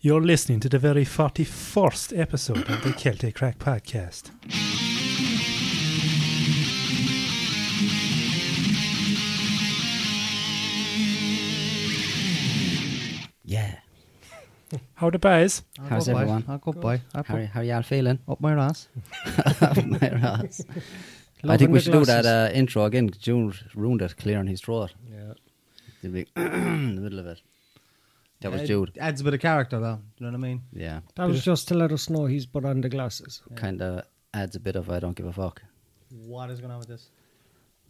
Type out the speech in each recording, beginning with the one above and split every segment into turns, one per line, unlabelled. You're listening to the very 41st episode of the Celtic Crack Podcast.
Yeah.
How the boys?
I'll
How's
go by.
everyone?
I'll go by. I'll
How,
go
how y'all feeling?
up my ass.
My ass. I think we should do that uh, intro again. 'cause June ruined it, clearing his throat.
Yeah.
He'll be in the middle of it. That was Jude.
Adds a bit of character though. You know what I mean?
Yeah.
That was just to let us know he's put on the glasses.
Kind of adds a bit of I don't give a fuck.
What is going on with this?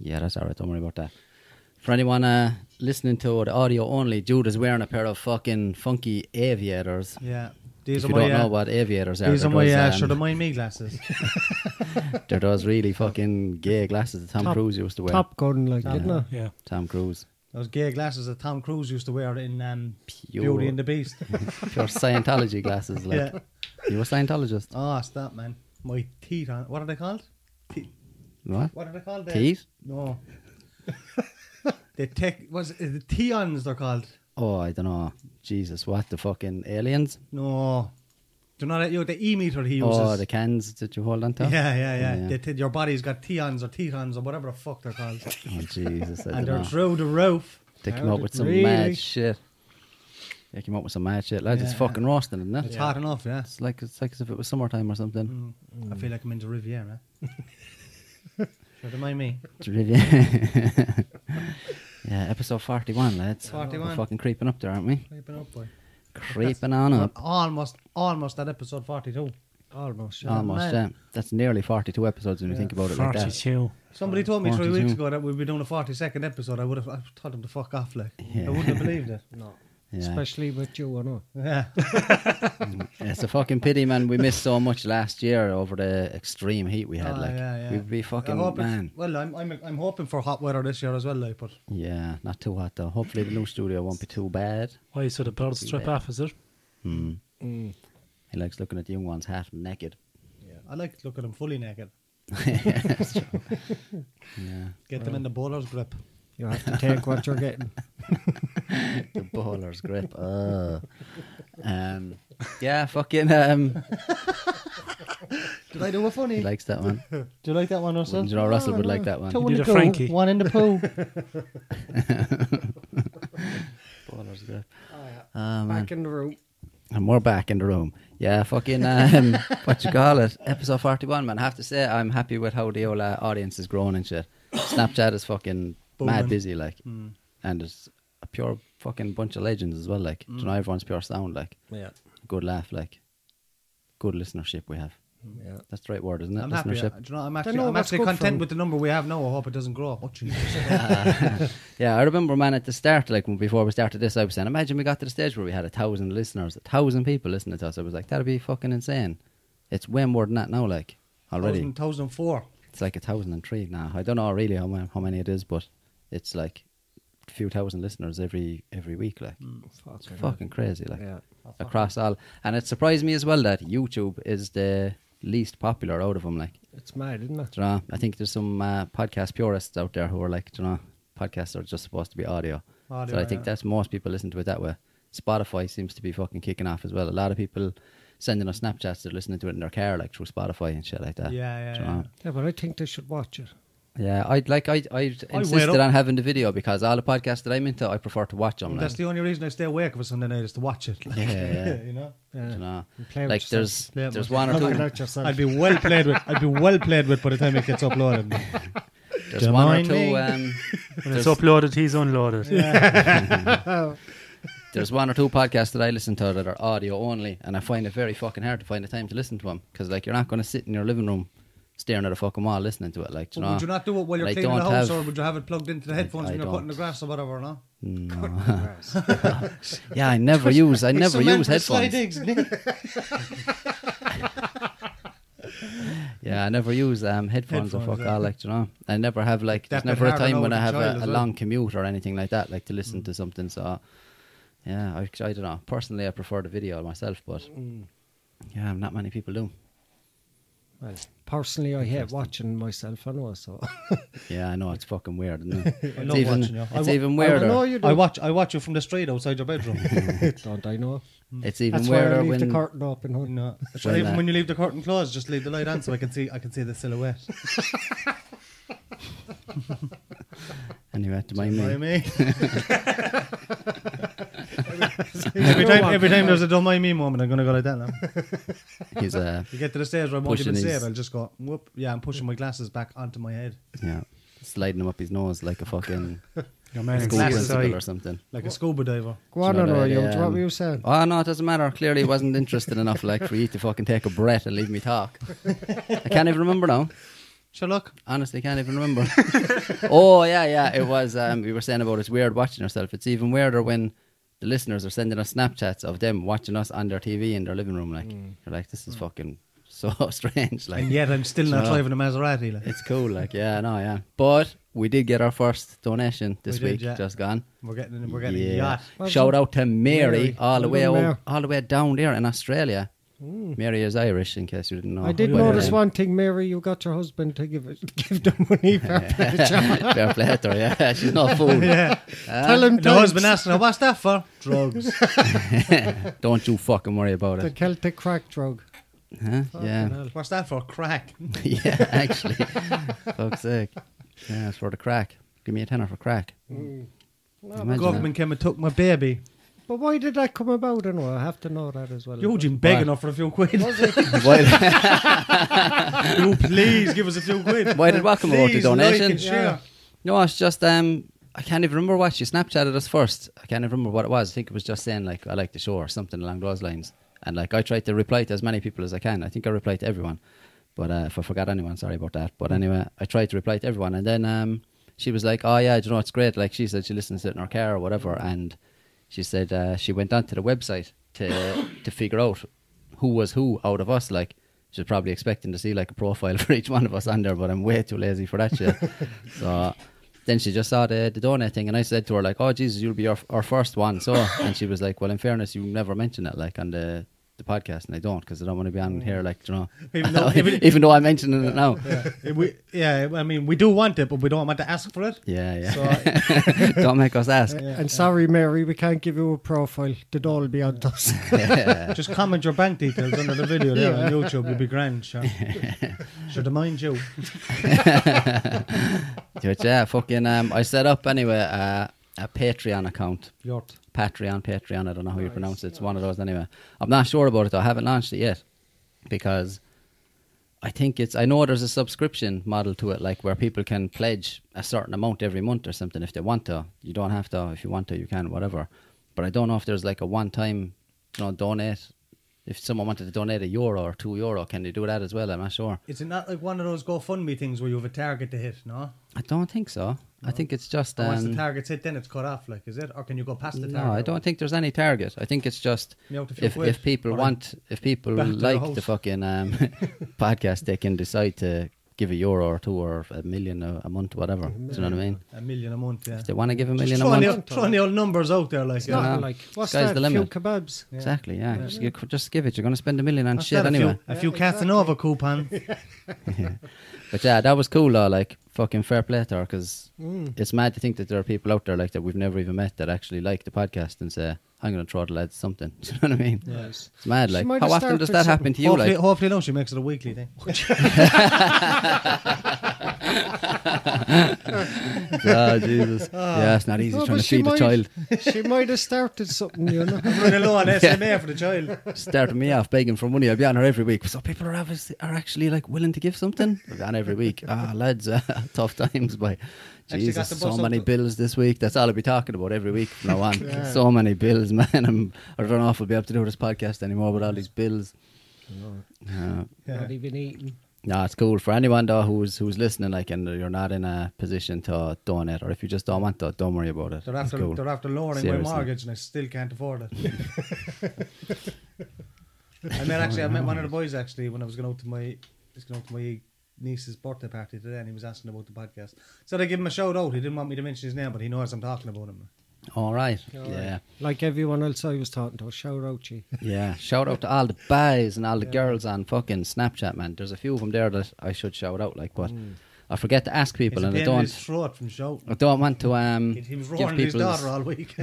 Yeah, that's all right. Don't worry about that. For anyone uh, listening to the audio only, Jude is wearing a pair of fucking funky aviators.
Yeah.
if
These are
you
my.
don't
uh,
know what aviators are,
these are
they're
my. Uh,
those,
should have
um,
mind me glasses.
they're those really fucking gay glasses that Tom
Top-
Cruise used to wear.
Top Gun, like,
Top
didn't
Gun.
I?
Yeah.
Tom Cruise.
Those gay glasses that Tom Cruise used to wear in um,
Pure-
Beauty and the Beast.
Pure Scientology glasses. Like,
Yeah.
you a Scientologist?
oh, stop, man. My teeth on. What are they called?
What?
What are they called? The-
Teeth?
No. the tech was it the Teons they're called.
Oh, I don't know. Jesus, what the fucking aliens?
No. Do you know that you the E meter he uses?
Oh, the cans that you hold on to?
yeah, yeah, yeah.
Yeah.
They t- your body's got Teons or Tetons or whatever the fuck they're called.
Oh, Jesus, I
and
don't
they're
know.
through the roof.
They came up with some
Really?
mad shit. They came up with some mad shit. Lads, it's
Yeah.
fucking roasting, isn't it?
It's hot Mm. enough, yeah.
It's Mm. like it's like as if it was summertime or something.
I feel like I'm in the Riviera. Don't mind me.
It's really- yeah, episode forty-one, lads.
41.
We're fucking creeping up there, aren't we?
Creeping up, boy.
Creeping on up.
Almost, almost at episode 42.
Oh,
Almost. Yeah.
Almost,
man.
yeah. That's nearly forty-two episodes when you think about it like that.
42.
Somebody told me three
42.
weeks ago that we'd be doing a 42nd episode. I would have I told them to fuck off, like.
Yeah.
I wouldn't have believed it.
No.
Yeah.
Especially with you, I know.
Yeah.
It's a fucking pity, man. We missed so much last year over the extreme heat we had.
Oh,
like,
yeah, yeah.
we'd be
I
fucking
hope it's-
man.
Well, I'm, I'm, I'm hoping for hot weather this year as well, like, but
Yeah, not too hot though. Hopefully the new studio won't be too bad.
Why, so the bird strip
bad.
off, is it?
Hmm.
Mm.
He likes looking at the young one's half naked.
I like to look at them fully naked.
That's true. yeah,
Get them in the bowler's grip.
You have to take what you're getting.
the bowler's grip. Oh. Um, yeah, fucking. Um,
Did I do a funny?
he likes that one.
do you like that one, Russell?
Wouldn't you know Russell would like that one?
Two in the the Frankie.
One in the pool. Oh,
Bowler's grip. Oh, man.
Back in the room.
And we're back in the room. Yeah, fucking um, what you call it? Episode forty-one, man. I have to say, I'm happy with how the old uh, audience is growing and shit. Snapchat is fucking
Booming. Hmm.
mad busy, like, and it's a pure fucking bunch of legends as well. Like, do
Hmm.
you know everyone's pure sound, like,
Yeah.
good laugh, like, good listenership we have.
Yeah.
That's the right word, isn't it?
I'm happy. uh,
listenership.
Do you know, I'm actually,
know
I'm
what's
actually
good for
content
him.
with the number we have now. I hope it doesn't grow. Oh, Jesus.
Uh, Yeah, I remember, man, at the start, like when- before we started this, I was saying, imagine we got to the stage where we had a thousand listeners, a thousand people listening to us. I was like, that'd be fucking insane. It's way more than that now, like already.
2004.
It's like a thousand and three now. I don't know really how many, how many it is, but it's like a few thousand listeners every every week, like it's fucking crazy, like
Mm. Yeah.
across all. And it surprised me as well that YouTube is the least popular out of them, like.
It's mad, isn't it?
Do you know, I think there's some uh, podcast purists out there who are like, do you know, podcasts are just supposed to be audio.
Audio,
so I think
yeah.
that's most people listen to it that way. Spotify seems to be fucking kicking off as well. A lot of people sending us Snapchats, they're listening to it in their car, like through Spotify and shit like that.
Yeah, yeah,
Do you know?
Yeah, but I think they should watch it.
Yeah, I'd like I I
wait
insisted
up.
on having the video because all the podcasts that I'm into, I prefer to watch them.
That's
Like,
the only reason I stay awake for Sunday night is to watch it. like,
yeah, yeah.
you know,
Yeah.
Do you know?
And play with
Like
yourself.
there's
Yeah,
there's
but-
one or
Look
two
at yourself.
I'd be well played with. I'd be well played with by the time it gets uploaded. man.
there's one or
mind me?
two um,
When it's
There's-
uploaded, he's unloaded.
there's one or two podcasts that I listen to that are audio only, and I find it very fucking hard to find the time to listen to them because like you're not going to sit in your living room staring at a fucking wall listening to it. Like, do you
But
know?
would you not do it while you're
Like,
cleaning the
don't
house,
have-
or would you have it plugged into the headphones
I
when you're
don't.
cutting the grass or whatever? No.
yeah, I never use I never
It's a man
use
for slide
headphones.
eggs, isn't it?
Yeah, I never use um, headphones, or
Headphones,
fuck
yeah.
all, like, do you know. I never have, like, there's
That bit
never a
harder
time
now
when
with
I
the
have
child
a,
as
a
well. Mm.
long commute or anything like that, like, to listen to something. So, yeah, I, I don't know.
Mm.
Personally, I prefer the video myself, but yeah, not many people do.
Well, personally, I hate watching myself. I know, so
Yeah, I know it's fucking weird. Isn't it?
I
it's
love
even,
watching you. I
It's
wa-
even
I don't
weirder.
know you do.
I watch I watch you from the street outside your bedroom.
don't I know?
It's even
Mm. That's why I
weirder
leave
when
the curtain open. hun.
no.
When,
even
uh,
when you leave the curtain closed, just leave the light on so I can see I can see the silhouette.
Mm. anyway, to my
Know what I
mind.
mean? every time every time there's a don't mind me moment, I'm gonna go like that now.
He's uh,
You get to the stage where I won't
Pushing
even see
his-
it, I'll just go whoop. Yeah, I'm pushing my glasses back onto my head
yeah, sliding him up his nose
Oh,
like a fucking
Your man
school
inside.
principal or something.
like a scuba diver.
Go on,
Do you know
or
that,
you? do What
um,
were you saying?
Oh no, it doesn't matter. Clearly, he wasn't interested enough, like for you to fucking take a breath and leave me talk. I can't even remember now.
Sherlock,
Honestly, can't even remember. oh yeah, yeah, it was. Um, we were saying about it's weird watching yourself. It's even weirder when the listeners are sending us Snapchats of them watching us on their TV in their living room. Like,
Mm.
you're like, this is fucking so strange. Like,
and yet I'm still not
No.
driving a Maserati. Like.
it's cool. Like, yeah, no, yeah. But we did get our first donation this
We did,
week,
yeah.
just gone.
We're getting we're getting
Yeah.
a yacht.
Well
Shout
done.
out to Mary,
Mary.
all the
Well
way
done,
out,
Mary.
all the way down there in Australia.
Mm.
Mary is Irish, in case you didn't know.
I did
But,
notice
um,
one thing, Mary. You got your husband to give it, give the money back.
Fair play to her, yeah. She's not a fool.
Yeah.
Ah.
Tell him
The
thanks.
husband asked her, what's that for? Drugs.
Don't you fucking worry about
the
it.
Celtic crack drug.
Huh? Yeah.
Fucking hell.
what's that for? Crack.
yeah, actually. Fuck's sake. Yeah, it's for the crack. Give me a tenner for crack.
No,
Imagine
Government came and took my baby.
But why did that come about? Anyway, I have to know that as well.
Eugene begging
Why?
her for a few quid.
that. Why,
you please give us a few quid.
why did Wacom about the
Please, like
donation?
and share.
No, it's just um, I can't even remember what she Snapchatted us first. I can't even remember what it was. I think it was just saying like I like the show or something along those lines. And like I tried to reply to as many people as I can. I think I replied to everyone, but uh, if I forgot anyone, sorry about that. But anyway, I tried to reply to everyone, and then um, she was like, "Oh yeah, do you know it's great." Like she said, she listens to it in her car or whatever, and she said uh, she went onto the website to to figure out who was who out of us. Like she was probably expecting to see like a profile for each one of us on there, but I'm way too lazy for that shit. so then she just saw the, the donut thing, and I said to her like, "Oh Jesus, you'll be our, our first one." So, and she was like, "Well, in fairness, you never mention it like on the the podcast, and I don't because I don't want to be on here like you know,
Mm. Even though- even-
even though I'm mentioning it now."
Yeah. We, yeah, I mean, we do want it, but we don't want to ask for it.
Yeah, yeah.
So,
don't make us ask.
And sorry, Mary, we can't give you a profile. The doll will be on us.
Yeah.
just comment your bank details under the video there on YouTube. You'll be grand, sure. Should I mind you?
But yeah, fucking. Um, I set up anyway uh, a Patreon account
Yort.
Patreon, Patreon. I don't know how you pronounce it. It's one of those anyway. I'm not sure about it though. I haven't launched it yet because I think it's. I know there's a subscription model to it, like where people can pledge a certain amount every month or something if they want to. You don't have to. If you want to, you can. Whatever. But I don't know if there's like a one-time, you know, donate. If someone wanted to donate a euro or two euro, can they do that as well? I'm not sure.
Is it not like one of those GoFundMe things where you have a target to hit, no?
I don't think so. I think it's just.
And
Um,
once the target's hit, then it's cut off, like, is it? Or can you go past the target?
No, I don't think there's any target. I think it's just
You have to feel
if,
good,
if people
or
want, if people
back to the
like the
house.
fucking um, podcast, they can decide to give a euro or two or a million a, a month, whatever. Do you know what I mean?
A million a month, yeah.
If they want to give a million
Just
a
throwing,
month,
the, throwing the old numbers out there, like, yeah.
Yeah.
Nothing like what's
Sky's
that?
the
A few
limit.
kebabs.
exactly, yeah. Just, you could just give it. You're going to spend a million on
That's
shit
not a
anyway.
Few, a few Casanova coupon.
But yeah, that was cool though. Like fucking fair play to her because
Mm.
Mm.
it's mad to think that there are people out there like that we've never even met that actually like the podcast and say, "I'm going to throw the lads something." Do you know what I mean?
Yes.
It's mad.
She
Like,
might
how
have
often does
started
that
some-
happen to you?
hopefully,
like,
hopefully, no, she makes it a weekly thing.
oh Jesus!
Ah.
yeah, it's not easy
No,
trying
but
to
she
feed a
might-
child.
she might have started something, you know.
Running low on SMA for the child.
Starting me off begging for money. I'll be on her every week. So people are obviously are actually like willing to give something. I'll be on every week. Ah, lads, uh, tough times. By
got
Jesus,
the
so
bus
many
up-
bills this week. That's all I'll be talking about every week from now on. So many bills, man. I'm, I don't know if I'll be able to do this podcast anymore with all these bills. Uh,
Yeah.
Not even eating.
No, it's cool for anyone though who's who's listening. Like, and you're not in a position to donate, or if you just don't want to, don't worry about it.
They're
It's
after,
cool.
they're after lowering
Seriously.
my mortgage and I still can't afford it. I
Oh,
met actually, I met one of the boys actually when I was going out to my, was going out to my niece's birthday party today, and he was asking about the podcast. So I gave him a shout out. He didn't want me to mention his name, but he knows I'm talking about him.
All right.
All right.
yeah.
Like everyone else I was talking to, shout out to you.
Yeah. Shout out to all the boys and all the
Yeah.
girls on fucking Snapchat, man. There's a few of them there that I should shout out, like, but
Mm.
I forget to ask people,
It's a
and
pain
I
in
don't.
his throat from shouting.
I don't want to um.
He, he was
give
roaring at his
people's-
daughter all week.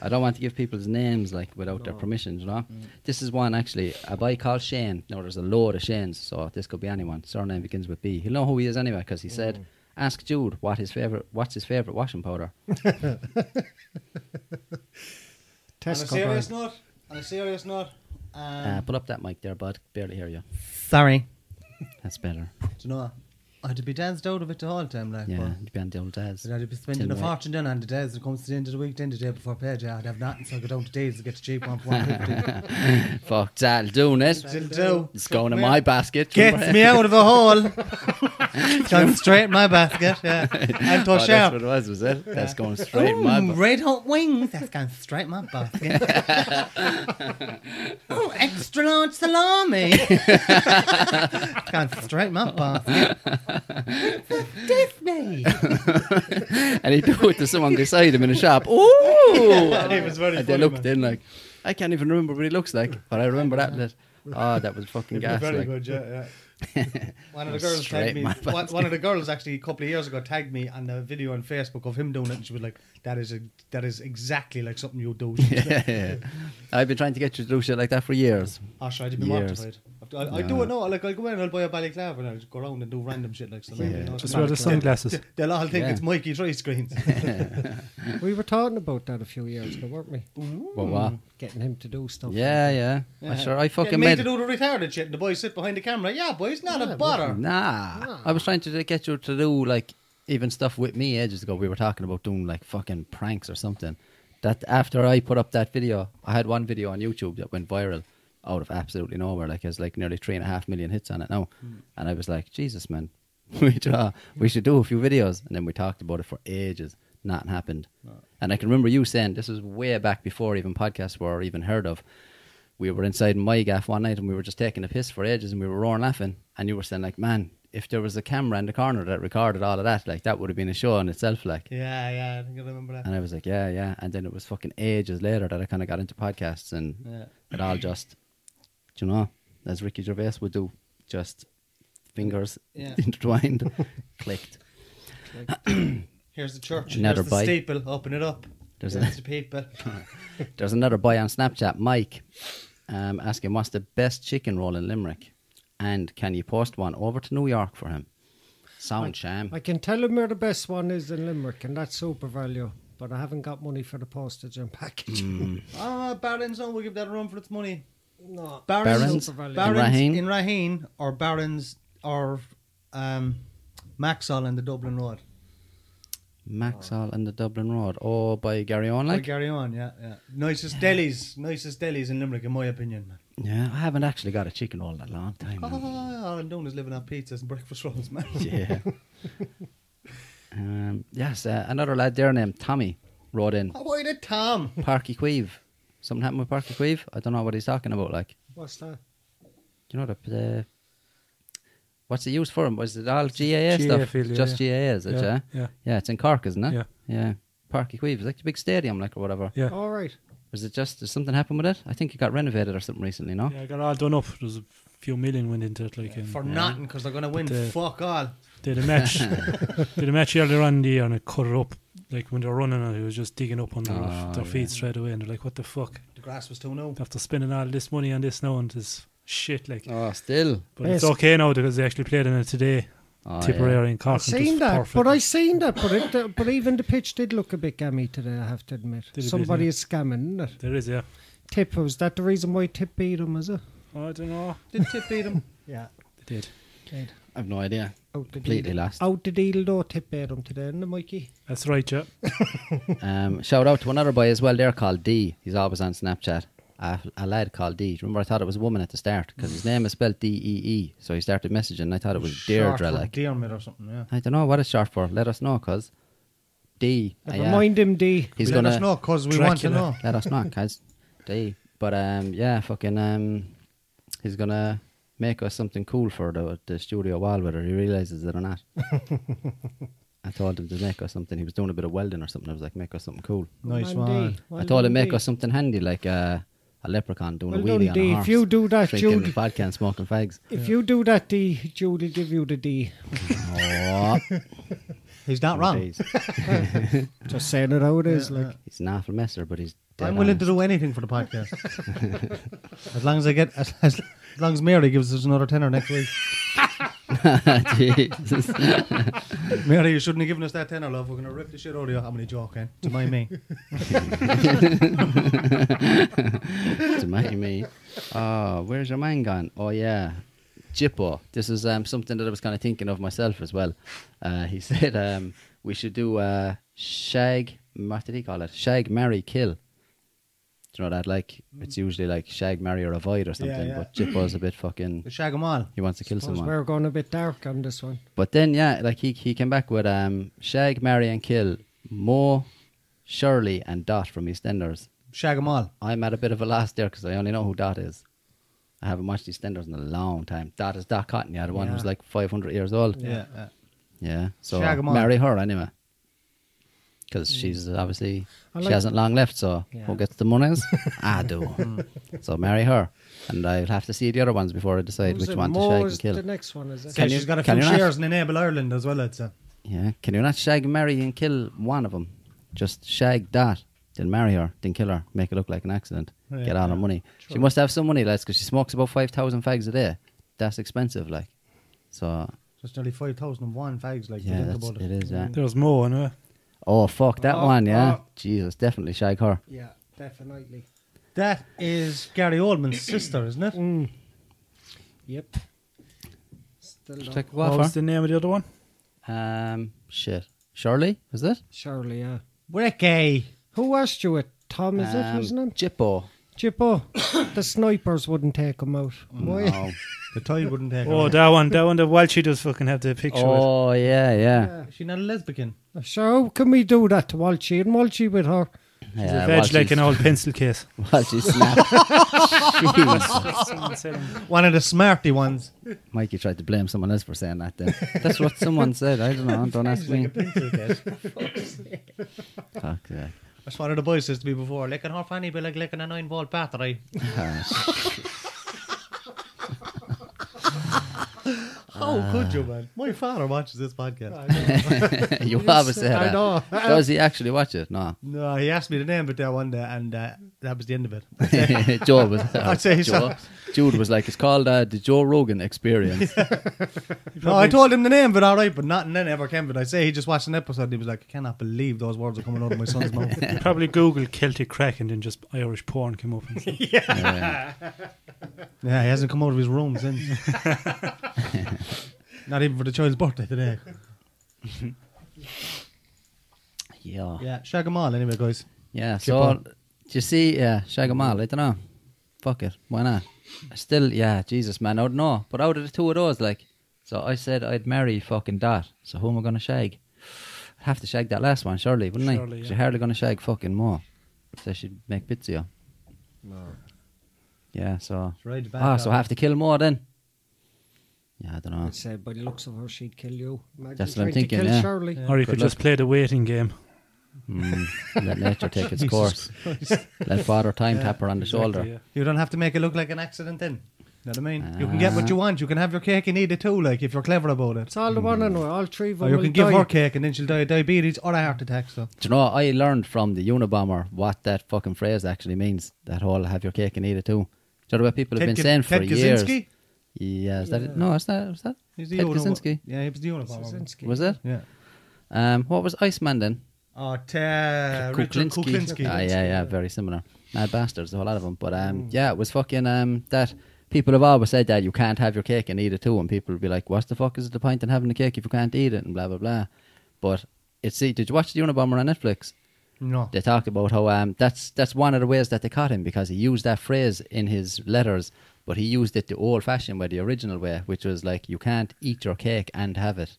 I don't want to give people's names like without their permission, you know.
Mm.
This is one actually. A boy called Shane. Now there's a load of Shanes, so this could be anyone. Surname begins with B. He'll know who he is anyway because he
Mm.
said, "Ask Jude what his favorite, what's his favorite washing powder."
on a
Tesco
serious
brand.
note, on a serious note, um,
Uh, pull up that mic there, bud. Barely hear you.
sorry.
That's better.
Do you know what? I'd be danced out of it the whole time, like,
Yeah,
but-
you'd be on the old days.
And I'd be spending a
Till
fortune then on the days and it comes to the end of the week, then the day before pay day, I'd have nothing, so I go down to days and get the cheap one for 150.
Fuck that'll do it.
It'll do.
It's going in my basket.
Gets me out of a hole. Gone straight in my basket, yeah. And
Oh, that's
to sharp.
what it was, was it? That's going straight in my
Ooh,
basket.
red hot wings. That's gone straight in my basket. oh, extra large salami. gone straight in my basket. Disney.
and he do it to someone beside him in a shop. Ooh!
it was very
and they
funny,
looked
man.
in like, I can't even remember what he looks like, but I remember that. that oh, that was fucking gas. like.
yeah, one of the
Goes
girls
straight
tagged me.
my
One, one of the girls actually a couple of years ago tagged me on a video on Facebook of him doing it, and she was like, "That is a, that is exactly like something you do."
Yeah. I've been trying to get you to do shit like that for years.
Oh, sure, I'd be
Years.
mortified. I, I do it now. Like I go in, and I'll buy a balaclava, and I'll go around and do random shit like something.
Yeah.
Just wear the sunglasses.
They'll all think
Yeah.
it's Mikey Dry Screens.
We were talking about that a few years ago, weren't we?
What, what?
Getting him to do stuff.
Mm. Yeah, yeah. I sure I
Getting
fucking
me
made.
to do the retarded shit, and the boys sit behind the camera. Yeah, boys, not a bother.
Nah. I was trying to get you to do like even stuff with me eh, ages ago. We were talking about doing like fucking pranks or something. That after I put up that video, I had one video on YouTube that went viral out of absolutely nowhere. Like has like nearly three and a half million hits on it now. And I was like, Jesus man, we draw- we should do a few videos. And then we talked about it for ages. Nothing happened. And I can remember you saying this was way back before even podcasts were even heard of we were inside my gaff one night and we were just taking a piss for ages and we were roaring laughing and you were saying like man if there was a camera in the corner that recorded all of that like that would have been a show in itself like
Yeah, yeah, I think I remember that.
and I was like yeah yeah and then it was fucking ages later that I kind of got into podcasts and
Yeah.
it all just do you know as Ricky Gervais would do just fingers
Yeah.
intertwined clicked
Here's the church.
Another
Here's the
bite.
steeple. Open it up.
There's
There's
a-
the people.
there's another boy on Snapchat Mike um, asking what's the best chicken roll in Limerick and can you post one over to New York for him sound sham
I can tell him where the best one is in Limerick, and that's super value. But I haven't got money for the postage and package.
Hmm.
Ah, Barons, no, we'll give that a run for its money.
No.
Barons,
Barons?
Barons,
In Raheen?
in Raheen, or Barons, or um, Maxwell in the Dublin Road.
Maxall and the Dublin Road. Oh, by Gary
Like,
Onlake.
carry on, yeah, yeah. Nicest delis, nicest delis in Limerick, in my opinion, man.
Yeah, I haven't actually got a chicken roll in a long time. man.
Ah, all I'm doing is living on pizzas and breakfast rolls, man.
Yeah. um, yes, uh, another lad there named Tommy wrote in
Oh, why did Tom?
Parky Queeve. Something happened with Parky Queeve. I don't know what he's talking about. Like,
What's that?
do you know the. the What's it used for? Was it all GAA
GAA
stuff?
field, yeah,
Just
yeah.
GAA, is it? Yeah.
Yeah,
yeah.
yeah.
it's in Cork, isn't it?
Yeah.
Yeah. Parky Queeve. It's like the big stadium, like, or whatever.
Yeah.
All right.
Was it just. Did something happen with it? I think it got renovated or something recently, no?
Yeah, I got all done up. There's a few million went into it. Like, and
For nothing, because they're going to win
the-
fuck all.
did a match, did a match earlier on in the year, and I cut it up. Like when they were running on it, it was just digging up on their,
Oh,
their feet
yeah.
straight away, and they're like, "What the fuck?
The grass was too new.
After spending all this money on this now and this shit, like."
Oh, still.
But it's
Basic.
okay now because they actually played in it today,
Oh, yeah.
Tipperary and Cork.
I've
and it
seen
was
that,
perfect.
but I seen that, but it, uh, but even the pitch did look a bit gammy today. I have to admit,
Did a bit,
somebody
yeah.
is scamming, isn't it?
there is, yeah.
Tip was that the reason why Tip beat him? Is it?
I don't know.
Did Tip beat him?
Yeah,
They did.
did.
I've no idea.
Oh,
Out the
Completely
deal.
lost.
Out the deal though. Tip beat him today, didn't it, Mikey?
That's right, yeah.
Um, shout out to another boy as well. They're called D. He's always on Snapchat. A, a lad called D. Remember, I thought it was a woman at the start because his name is spelled D E E. So he started messaging. and I thought it was
Short
Deirdre.
for
Like
Dermot or something, yeah.
I don't know what it's short for. Let us know, cause D.
Never
Ah, yeah.
mind him, D.
He's
Let
gonna
us know, because we want to
Dracula.
know.
let us know, cause D. But um, yeah, fucking um, he's gonna make us something cool for the the studio wall, whether he realizes it or not. I told him to make us something. He was doing a bit of welding or something. I was like, make us something cool.
Nice one.
Mandy, well
I told him
done,
make
Dee.
us something handy, like uh, a leprechaun doing
Well
a wheelie on
done,
a
Dee.
horse.
If you do that,
drinking
you'll-
vodka and smoking fags.
If you do that, D, Jude will give you the D.
Oh,
He's not wrong.
geez.
Just saying it how it is.
Yeah,
like,
He's an awful messer, but he's. Dead
I'm willing
honest.
to do anything for the podcast. as long as I get, as, as, as long as Mary gives us another tenner next week.
Jesus.
Mary, you shouldn't have given us that tenner, love. We're going to rip the shit out of you. I'm only joking. To my me.
to my me. Oh, where's your mind gone? Oh yeah, Jippo. This is um, something that I was kind of thinking of myself as well. Uh, he said um, we should do uh, shag. What did he call it? Shag, marry, kill. Do you know that? Like it's usually like shag, marry, or avoid or something.
Mm. yeah.
But Jippo's a bit fucking.
The shag 'em all.
He wants to kill
suppose
someone.
we're going a bit dark on this one.
But then, yeah, like he he came back with um, shag, marry, and kill. Mo, Shirley, and Dot from EastEnders.
Shag 'em all.
I'm at a bit of a loss there because I only know who Dot is. I haven't watched EastEnders in a long time. Dot is Dot Cotton, yeah, the one who's
Yeah.
like 500 years old.
Yeah. yeah.
Yeah, so
Shag 'em on.
marry her anyway. Because she's obviously,
Mm. I
she
like-
hasn't long left, so
Yeah. Mm.
who gets the monies? I do. so marry her. And I'll have to see the other ones before I decide
Who's
which
it?
one to
Mo
shag
is
and kill.
The next one is it?
So
Can
she's
you-
got a
can
few
you not-
shares in Enable Ireland as well, it's a.
Yeah, can you not shag, marry, and kill one of them? Just shag Dot, then marry her, then kill her, make it look like an accident,
Yeah,
get all her
yeah.
money. She must have some money, lads, because she smokes about 5,000 fags a day. That's expensive, like. So,
Just nearly 5,001 fags, like,
yeah,
you think
that's,
about
it
it.
is, yeah.
There's more, anyway.
Oh, fuck, that
Oh,
one, yeah.
oh.
Jesus, definitely shag her.
Yeah, definitely.
That is Gary Oldman's sister, isn't it?
Mm. Yep. Still don't.
Check
What
what
was
for?
the name of the other one?
Um, shit. Shirley, is it?
Surely, yeah.
Ricky.
Who asked you it? Tom, is it?
Um,
Wasn't it?
Jippo.
Chippo. the snipers wouldn't take him out. Why?
Mm, No.
The tide wouldn't take
Oh,
her.
that one, that one. The Welshie does fucking have the picture. of
Oh, yeah, yeah.
Yeah.
Is she not a lesbian?
So Uh, how can we do that to Walshy and Walshy with her?
yeah.
It's a veg like an old pencil case.
Well, she snapped. Jeez.
One of the smarty ones.
Mikey tried to blame someone else for saying that then. That's what someone said. I don't know. Don't ask me.
That's
Fuck yeah.
one of the boys says to me before. Licking her fanny be like licking a nine volt battery. How Oh, could you, man? My father watches this podcast.
you obviously
I
had that.
know.
Does he actually watch it? No.
No, he asked me the name but there one day, and uh, that was the end of it.
Joe was.
I'd say
Joe. Jude was like, it's called uh, the Joe Rogan Experience.
No, I told him the name, but all right, but nothing then ever came. But I say he just watched an episode, and he was like, "I cannot believe those words are coming out of my son's mouth."
You probably Google Celtic crack and then just Irish porn came up. And stuff.
Yeah.
Yeah, he hasn't come out of his room since. Not even for the child's birthday today.
yeah.
Yeah, shag 'em all anyway, guys.
Yeah,
Keep
so
on.
do you see, yeah, Shagamal, I don't know. Fuck it, why not? I Still, yeah, Jesus, man, I don't know. But out of the two of those, like, so I said I'd marry fucking Dot. So who am I gonna shag? I'd have to shag that last one, surely, wouldn't
Surely,
I?
yeah.
She's hardly gonna shag fucking more. So she'd make bits of you. Yeah, so.
It's right back
Ah, so
up.
I have to kill more then. Yeah, I don't know.
I'd say by the looks of her, she'd kill you. Imagine
That's what I'm
trying to
thinking,
Kill
yeah.
Shirley.
Or you
Good
could just play the waiting game.
Mm, let nature take its
Jesus
course.
Christ.
Let Father Time tap her on the shoulder.
Exactly,
you don't have to make it look like an accident then. You know what I mean? you can get what you want. You can have your cake and eat it too, like if you're clever about it.
It's all the
Mm.
one and all three of them.
Or Oh, you
will
can give
die.
her cake and then she'll die of diabetes or a heart attack. So
Do you know, I learned from the Unabomber what that fucking phrase actually means. That whole have your cake and eat it too. Do you know what people have been saying for years?
Kaczynski?
Yeah, is that it? No, is that, was that?
He's the
Ted
Unabomber.
Kaczynski.
Yeah, he was the Unabomber.
Krasinski.
Was it?
Yeah.
Um, what was Iceman then?
Oh, ta- Richard
Kuklinski.
Kuklinski. Hmm.
Ah, yeah, yeah, very similar. Mad bastards, a whole lot of them. But um, yeah, it was fucking um, that. People have always said that you can't have your cake and eat it too, and people will be like, "What's the fuck is the point in having a cake if you can't eat it?" and blah blah blah. But it's see, did you watch the Unabomber on Netflix?
No.
they talked about how um, that's that's one of the ways that they caught him because he used that phrase in his letters, but he used it the old-fashioned way, the original way, which was like you can't eat your cake and have it.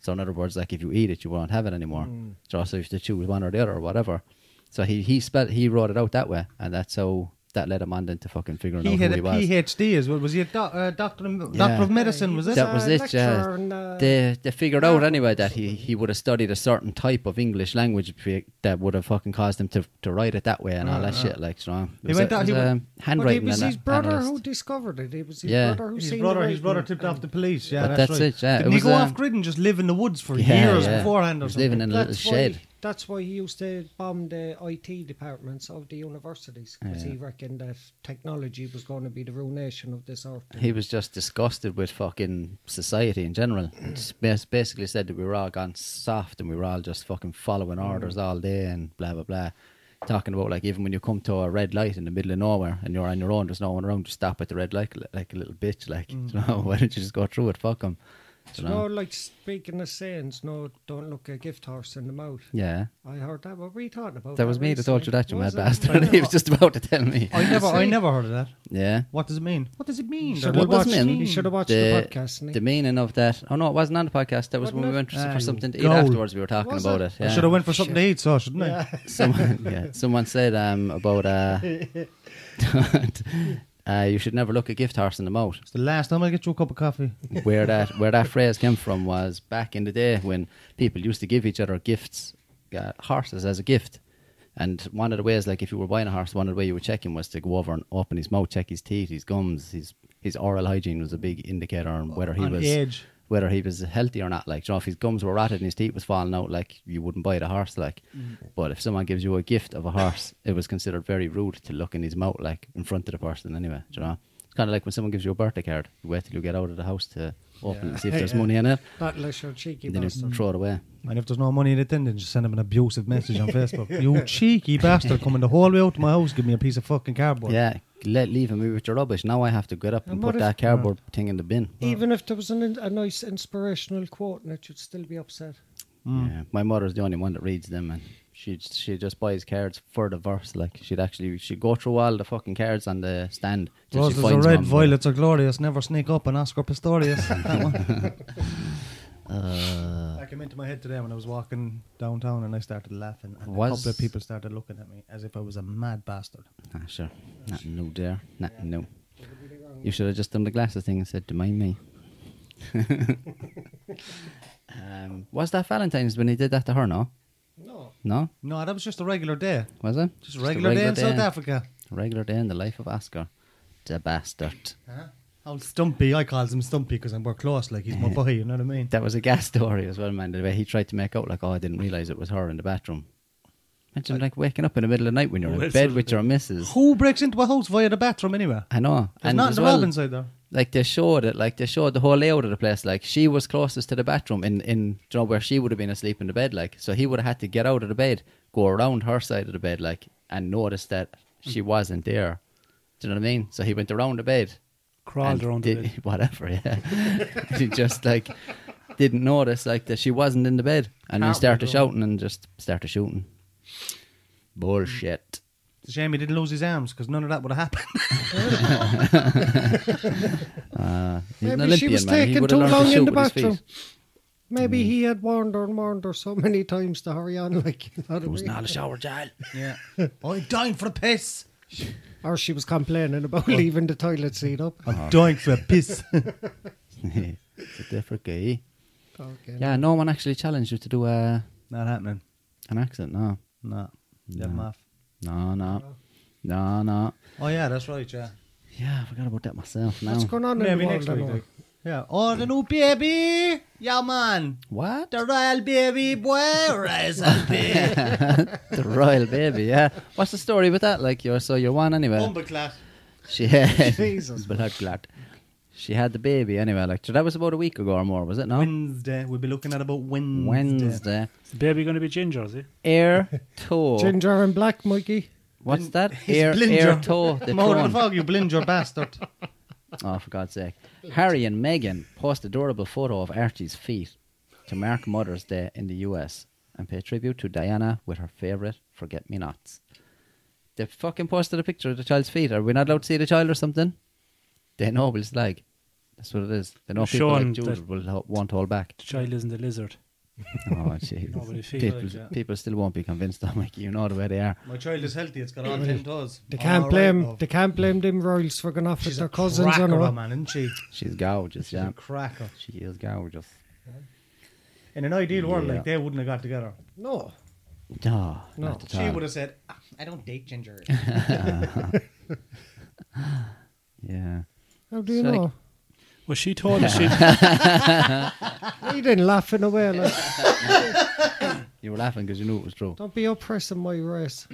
So in other words, like if you eat it, you won't have it anymore.
Mm.
So also you have to choose one or the other or whatever. So he he spelled he wrote it out that way, and that's how that led him on then to fucking figuring
He
out who
had
he
a
was.
PhD as well. Was he a doc, uh, doctor, of,
Yeah.
doctor of medicine? Was it?
That was
a
it, yeah.
lecturer and, uh,
They, they figured out anyway that he, he would have studied a certain type of English language fe- that would have fucking caused him to, to write it that way and all that shit. Like, so on.
He went down- he went-
But it
handwriting
was
and
his
a-
brother
analyst.
who discovered it. It was his
Yeah.
brother who
His
seen
brother,
the
his brother
writing.
tipped off the police. Yeah,
But
that's,
that's
right.
it, yeah. It
Didn't he
was,
go
uh,
off grid and just live in the woods for
Yeah,
years
yeah.
beforehand
He
or
was
something?
living in a little
That's why,
shed.
that's why he used to bomb the IT departments of the universities because he reckoned that technology was going to be the ruination of this earth.
He was just disgusted with fucking society in general. It's bas- basically said that we were all gone soft and we were all just fucking following orders all day and blah blah blah. Talking about like even when you come to a red light in the middle of nowhere and you're on your own, there's no one around. Just stop at the red light li- like a little bitch. Like, you know, why don't you just go through it? Fuck them. You
No,
know?
like speaking of sayings, no, don't look a gift horse in the mouth.
Yeah,
I heard that. What were you talking about?
that was me that told you
recently,
that, you mad
was it?
bastard. he was just about to tell me.
I never, I
See?
never heard of that.
Yeah.
What does it mean? What does it mean?
He should
Well,
have
it wasn't
watched,
him.
he should have watched the, podcast.
The meaning of that. Oh no, it wasn't on the podcast. That was
Wasn't
when we
it?
went for,
Ah,
for
you
something to eat
gold.
afterwards. We were talking
Was
about
it?
it.
I
yeah.
should have went for something to eat, so shouldn't I?
Someone, yeah, someone said um, about uh, uh, you should never look a gift horse in the mouth.
It's the last time I get you a cup of coffee.
Where that where that phrase came from was back in the day when people used to give each other gifts, uh, horses as a gift. And one of the ways, like if you were buying a horse, one of the way you would check him was to go over and open his mouth, check his teeth, his gums, his his oral hygiene was a big indicator on whether he
On
was
age.
whether he was healthy or not. Like, you know, if his gums were rotted and his teeth was falling out, like you wouldn't buy the horse. Like, but if someone gives you a gift of a horse, it was considered very rude to look in his mouth, like in front of the person. Anyway, do you know, it's kind of like when someone gives you a birthday card, you wait till you get out of the house to open it and see if there's money in it,
Not unless you're cheeky
and then you
bastard.
throw it away.
And if there's no money in it, then, then just send him an abusive message on Facebook. you cheeky bastard coming the whole way out to my house, give me a piece of fucking cardboard.
Yeah, let leaving me with your rubbish. Now I have to get up and,
And what
put
if-
that cardboard thing in the bin.
Even if there was an, in- a nice inspirational quote and it, you'd still be upset.
Mm.
Yeah, my mother's the only one that reads them, and she she just buys cards for the verse. Like she'd actually she'd go through all the fucking cards on the stand. till she
Roses are
finds
red,
one.
violets are glorious. Never sneak up on Oscar Pistorius. that one.
Uh,
That came into my head today when I was walking downtown and I started laughing. And a
Was-
couple of people started looking at me as if I was a mad bastard.
nah, Ah, sure, nothing new there, nothing new. You should have just done the glasses thing and said, "Do mind me." um, was that Valentine's when he did that to her? No,
No.
no,
No, that was just a regular day.
was it?
Just,
a
a regular, day in South Africa.
Regular day in the life of Oscar, the bastard.
Huh? Old Stumpy, I calls him Stumpy because I'm more close, like he's my boy, you know what I mean?
That was a gas story as well, man. The way he tried to make out, like, oh, I didn't realise it was her in the bathroom. Imagine, like, waking up in the middle of the night when you're in
Well,
bed
so-
with your missus.
Who breaks into a house via the bathroom anyway?
I know.
There's not
as
the
well,
Robins either.
like, they showed it, like, they showed the whole layout of the place. Like, she was closest to the bathroom in, in you know, where she would have been asleep in the bed, like. So he would have had to get out of the bed, go around her side of the bed, like, and notice that she
Mm.
wasn't there. Do you know what I mean? So he went around the bed,
Crawled
and
around the
did-
bed.
Whatever, yeah. she just like didn't notice like that she wasn't in the bed, and then
Can't
started
we do?
shouting and just started shooting. Bullshit.
It's a shame he didn't lose his arms because none of that would have happened.
Uh, he's an
Maybe she
Olympian,
was
man. He
taking
would
too
have learned
long
to
in
shoot
the
with his
bathroom.
feet.
Maybe he had warned her and warned her so many times to hurry on, like you know what I
It was
mean?
not a shower, child.
yeah. Oh, I'm dying for a piss.
Or she was complaining about leaving the toilet seat up.
I'm dying for a piss.
it's a different guy.
Okay.
Yeah, no one actually challenged you to do uh,
not happening.
an accent. No,
No. Let him
No.
off.
no, no, no, no.
Oh, yeah, that's right, yeah.
Yeah, I forgot about that myself. Now,
What's going on in the
Maybe
world
next week.
anyway?
like. Yeah. Oh, the new baby. Yeah, man.
what?
The royal baby boy. Royal baby.
the royal baby. Yeah. What's the story with that? Like, you're so you're one anyway.
Umberclass.
She had
Jesus.
blood clot. She had the baby anyway. Like so that was about a week ago or more, was it? No,
Wednesday. We'll be looking at about Wednesday.
Wednesday.
Is the baby going to be ginger, is he?
Air toe.
Ginger and black, Mikey.
What's that?
He's
Air
blind,
air
Joe.
toe. The
More
tone.
than fog, you blinger bastard.
Oh, for God's sake! Harry and Meghan post adorable photo of Archie's feet to mark Mother's Day in the U.S. and pay tribute to Diana with her favorite "Forget Me Nots." They fucking posted a picture of the child's feet. Are we not allowed to see the child or something? They know what it's like. That's what it is. They know people
Sean,
like Jules
that-
will ho- won't hold back.
The child isn't a lizard.
Oh, jeez.
No, but it feels
people,
like that.
people still won't be convinced, though, Mikey. You know the way they are.
My child is healthy. It's got all ten toes.
They
All
can't
right,
blame
love.
they can't blame them royals for going off
She's
with
a
their cousins
cracker,
and all.
man, isn't she?
She's gorgeous,
She's
yeah.
a cracker.
She is gorgeous.
In an ideal world,
Yeah.
like they wouldn't have got together.
No.
No,
No,
not at
She
all.
would have said, "Ah, "I don't date ginger."
Yeah.
How do you
It's
know?
Well, she told us she
you didn't laugh in a way. Like,
You were laughing because you knew it was true.
don't be oppressing my race,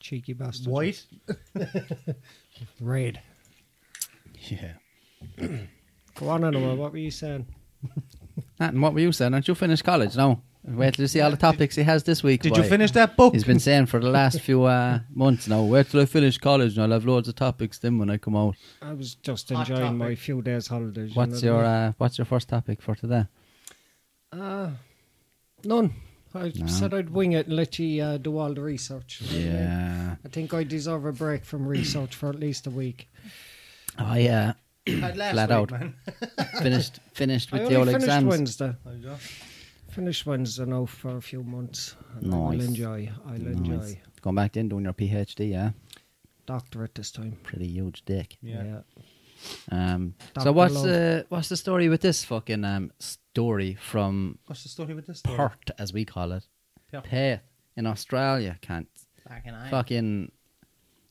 cheeky bastard.
White.
Red.
Yeah.
Go on, anyway. What were you saying?
And what were you saying? Aren't you finished college now? Wait till you see all the topics he has this week.
Did
boy.
you finish that book?
He's been saying for the last few uh, months now, wait till I finish college and I'll have loads of topics then when I come out.
I was just
Hot
enjoying my
topic.
few days holidays. you
What's
know
your
what I
uh, what's your first topic for today?
mean? Uh, none. I
No.
said I'd wing it and let you uh, do all the research.
Yeah.
I think I deserve a break from research for at least a week.
Oh yeah.
Had last
Flat
week,
out.
man.
Finished finished
I
with
only
the old
finished
exams.
Wednesday.
I don't-
Finished Wednesday now for a few months. and I'll
Nice.
enjoy. I'll
No,
enjoy.
it's Going back in doing your PhD, yeah.
Doctorate this time.
Pretty huge dick.
Yeah.
Um, so
Dr.
what's
Love.
uh, what's the story with this fucking um, story from
What's the story with this? story?
Perth, as we call it,
Yeah.
Perth in Australia? Can't
Fucking I.
fucking.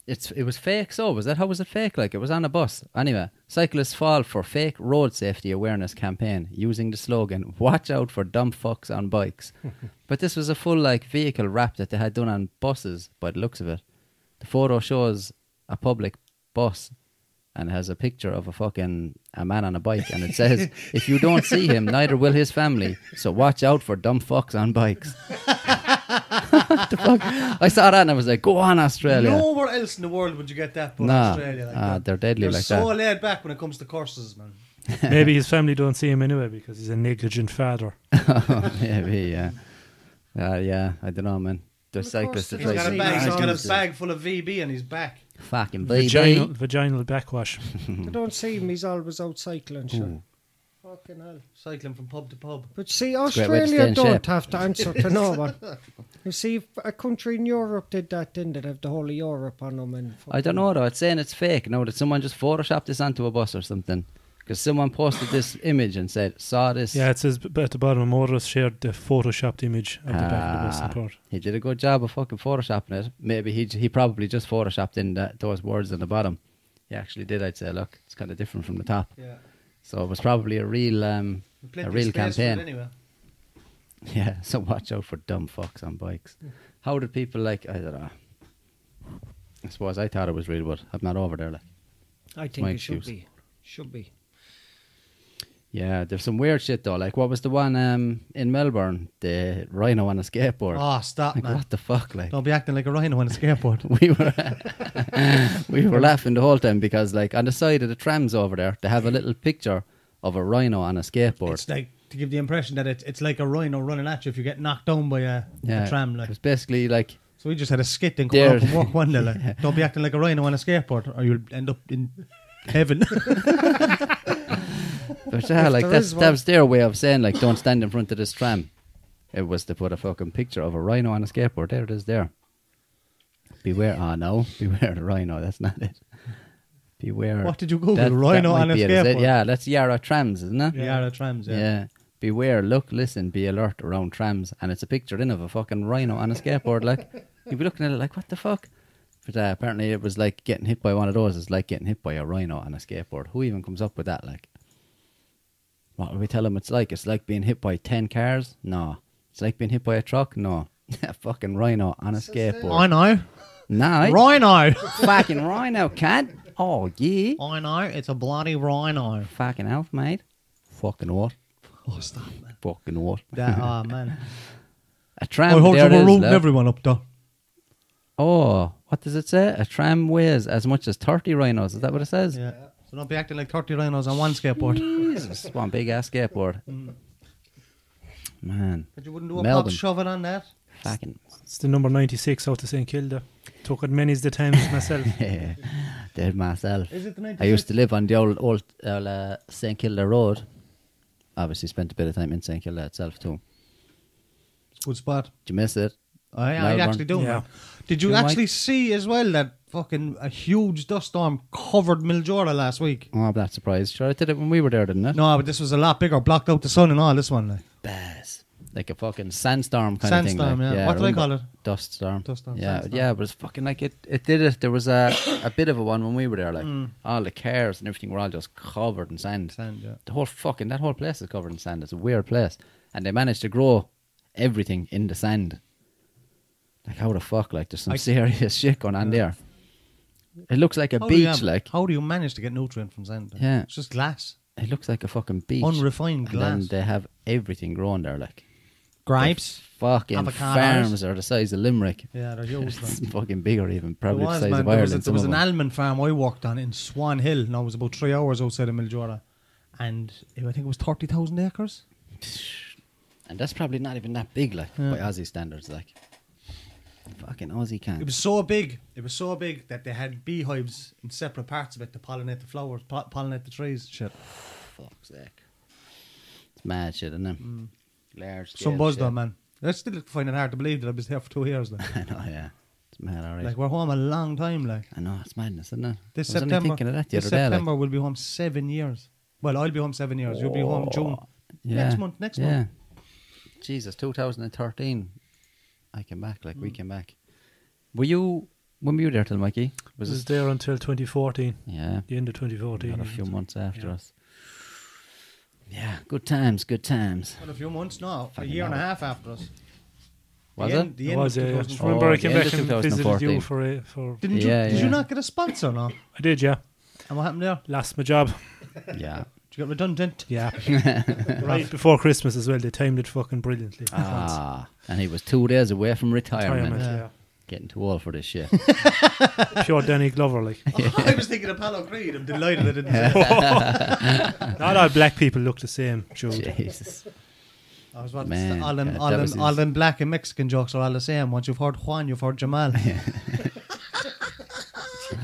It's it was fake. So was that how was it fake? Like it was on a bus. Anyway, cyclists fall for fake road safety awareness campaign using the slogan "Watch out for dumb fucks on bikes." but this was a full like vehicle wrap that they had done on buses. By the looks of it, the photo shows a public bus and has a picture of a fucking a man on a bike, and it says, "If you don't see him, neither will his family. So watch out for dumb fucks on bikes." What the fuck? I saw that and I was like, "Go on, Australia."
Nowhere else in the world would you get that but
Nah.
Australia. Like
Ah,
that.
they're deadly
They're
like
so
that.
laid back when it comes to courses, man.
maybe his family don't see him anyway because he's a negligent father.
Oh, Maybe, yeah. Uh, yeah, I don't know, man. The
Well, of course
cyclists are
they
He's
Right.
got a
See,
bag. He's got
that's-
a bag full of VB in his back.
Fucking
Vaginal,
baby.
vaginal backwash.
Mm-hmm.
I don't see him. He's always out cycling. Sure. Fucking hell.
Cycling from pub to pub.
But see,
a great way to stay
Australia
in
don't
shape.
have to answer to no one. You see, if a country in Europe did that, didn't it? Have the whole of Europe on them. And
I don't know though. It's saying it's fake. No, that someone just photoshopped this onto a bus or something. Because someone posted this image and said, "Saw this."
Yeah, it says b- at the bottom, motorists shared the photoshopped image of the back of the bus
Ah.
in Perth.
He did a good job of fucking photoshopping it. Maybe he j- he probably just photoshopped in that, those words on the bottom. He actually did. I'd say, look, it's kind of different from the top.
Yeah.
So it was probably a real um,
And plenty
a
of
real
space for it
campaign.
Anyway.
Yeah, so watch out for dumb fucks on bikes. How did people like? I don't know. I suppose I thought it was real, but I'm not over there. Like,
I think
my
it should
excuse.
be. Should be.
yeah, there's some weird shit though. Like, what was the one um in Melbourne? The rhino on a skateboard.
Oh, stop,
like,
man.
what the fuck? Like,
Don't be acting like a rhino on a skateboard.
we were we were laughing the whole time because, like, on the side of the trams over there, they have a little picture of a rhino on a skateboard.
it's like to give the impression that it's it's like a rhino running at you if you get knocked down by a, a tram. Like.
it's basically like
So we just had a skit and come
There-
out and walk one day. Like. Don't be acting like a rhino on a skateboard, or you'll end up in heaven.
But yeah, like
there
that's,
is
that
one.
was their way of saying like don't stand in front of this tram. It was to put a fucking picture of a rhino on a skateboard. There it is there. Beware ah no, beware the rhino, that's not it. Beware
What did you Google?
That- that
Rhino
might
on a
be it, is it?
skateboard.
Yeah, that's Yarra trams, isn't it?
yeah, Yarra trams.
Yeah.
Yeah.
Beware, look, listen, be alert around trams and it's a picture in of a fucking rhino on a skateboard, like you'd be looking at it like what the fuck? But uh, apparently it was like getting hit by one of those is like getting hit by a rhino on a skateboard. Who even comes up with that like? What would we tell them it's like? It's like being hit by 10 cars? No. It's like being hit by a truck? No. A fucking rhino on a
I
skateboard.
know.
Nah. eh?
Rhino.
Fucking rhino, cat. Oh, yeah.
I know. It's a bloody rhino.
Fucking health, mate. Fucking what?
Oh, stop, man.
Fucking what?
That, oh, man.
A
I
tram. there
heard you
it
were
is,
rooting
love.
everyone up there.
Oh, what does it say? A tram weighs as much as 30 rhinos. Is that what it says?
Yeah. So don't be acting like 30 rhinos on one skateboard.
Jesus, one big ass skateboard.
Mm.
Man.
But you wouldn't do a
Melbourne.
pop shovel on that.
Fucking.
It's the number 96 out of St Kilda. Took it many's the times myself.
Did myself.
Is it the 96?
I used to live on the old old old, uh, St Kilda Road. Obviously, spent a bit of time in St Kilda itself too.
Good spot.
Did you miss it?
I, Oh, I
Melbourne.
actually do.
Yeah.
man. Did you
You know,
actually
like-
see as well that fucking a huge dust storm covered Mildura last week?
Oh, I'm not surprised. Sure, I did it when we were there, didn't it?
No, but this was a lot bigger, blocked out the sun and all. This one, like.
Bass. Like a fucking sandstorm kind of thing.
Sandstorm,
like,
yeah. What do they
remember?
call it?
Dust storm.
Dust storm,
Yeah,
sandstorm.
yeah, but it's fucking like it. It did it. There was a, a bit of a one when we were there. Like
Mm.
all the cars and everything were all just covered in sand.
Sand, yeah.
The whole fucking that whole place is covered in sand. It's a weird place, and they managed to grow everything in the sand. Like how the fuck? Like there's some
I-
serious shit going on there. It looks like a
How do you
beach.
have-
Like
how do you manage to get nutrient from sand? like?
Yeah.
it's just glass,
it looks like a fucking beach.
unrefined
and then
glass,
they have everything growing there. Like
grapes.
fucking
Avocados.
farms are the size of Limerick.
Yeah, they're huge. man.
It's fucking bigger even, probably
There was,
the size
man.
of
There
Ireland.
was, a- there
some
was
of
an
them.
almond farm I worked on in Swan Hill. Now it was about three hours outside of Mildura, and I think it was thirty thousand acres.
and that's probably not even that big, like
Yeah.
by Aussie standards, like fucking Aussie can't.
It was so big. It was so big that they had beehives in separate parts of it to pollinate the flowers, po- pollinate the trees. and Shit.
Fuck's sake, it's mad shit, isn't it? Large. Scale
Mm. Some buzz
shit.
though, man. I still find it hard to believe that I was there for two years. Like,
I know, yeah, it's mad, alright.
like we're home a long time. Like
I know it's madness, isn't it?
this
I was only
September,
thinking of that the
this
other day, like,
September we'll be home seven years. Well, I'll be home seven years. You'll be home June.
yeah,
Next month. Next
yeah.
month.
Jesus, 2013, I came back, like
Mm.
we came back. Were you when were you there till Mikey?
was
Was it?
there until 2014,
Yeah.
the end of 2014.
Not a few months after
Yeah.
us. Yeah, good times, good times.
Well, a few months now, a
Fucking
year and a
hell.
half after us.
Was
the
it?
End, the
It
end
was,
of
yeah, yeah.
2014.
remember
Oh,
I
the
came
end
back
of
and visited
2014.
you for a, for.
Didn't you?
Yeah,
Did you
yeah.
not get a sponsor? No.
I did, yeah.
And what happened there?
Lost my job.
Yeah.
Did you get redundant?
Yeah. right before Christmas as well. They timed it fucking brilliantly.
Ah, and he was two days away from retirement.
Retirement,
Getting too old for this shit.
yeah. Pure Danny Glover, like.
I was thinking of Apollo Creed. I'm delighted I didn't. say it.
Not all black people look the same, Jude.
Jesus.
I was about
Man,
to say, all them,
yeah,
all,
that
them,
was
all
his-
them black and Mexican jokes are all the same. Once you've heard Juan, you've heard Jamal. Jesus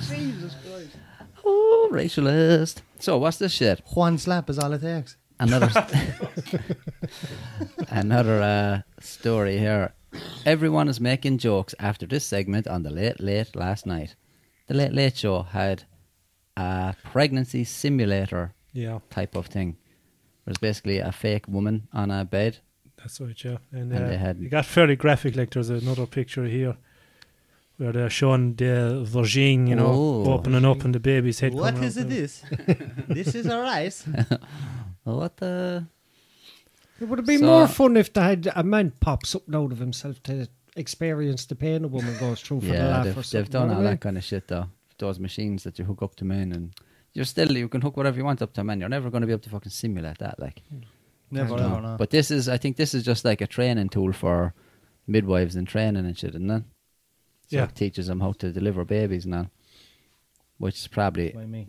Christ.
Oh, racialist. So, what's this shit?
Juan slap is all it takes.
Another, another uh, story here. Everyone is making jokes after this segment on the Late Late last night. The Late Late Show had a pregnancy simulator
Yeah,
type of thing. It was basically a fake woman on a bed.
that's right, yeah. And, uh,
And they had-
it got fairly graphic. Like, there's another picture here where they're showing the virgin, you know,
Oh.
opening up and the baby's head
What
coming
is
out.
it this? this is a rice.
What the?
It would have been
So-
more fun if they had a man pops up and out of himself to experience the pain a woman goes through for the
Yeah,
laugh or
they've,
something.
they've done
you know
all
what I
that kind of shit though. Those machines that you hook up to men and you're still you can hook whatever you want up to men. You're never going to be able to fucking simulate that like.
Never,
No.
ever, no.
But this is I think this is just like a training tool for midwives and training and shit, isn't it? So
Yeah.
it teaches them how to deliver babies now, which is probably
By me.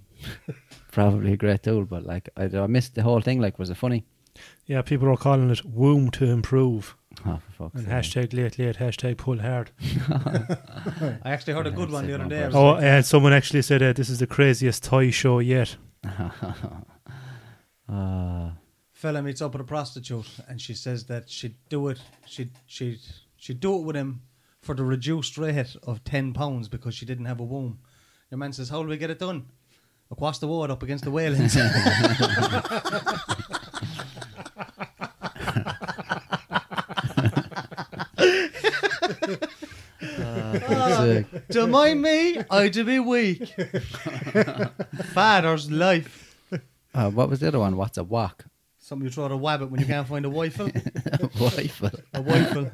probably a great tool. But like I, I missed the whole thing. Like was it funny?
Yeah, people are calling it womb to improve.
Oh for fuck's
And
sake.
hashtag late, late, hashtag pull hard.
I actually heard a good one the other day. I was
Oh,
like,
and someone actually said uh, this is the craziest toy show yet.
Ah.
fella meets up with a prostitute and she says that she'd do it she'd she'd she'd do it with him for the reduced rate of ten pounds because she didn't have a womb. Your man says, How will we get it done? Across the ward up against the Whalens. Oh.
Sick.
Do mind me, I do be weak. Father's life.
Uh, what was the other one? What's a walk?
Something you throw at a wabbit when you can't find a wifle.
Rifle.
A wifle.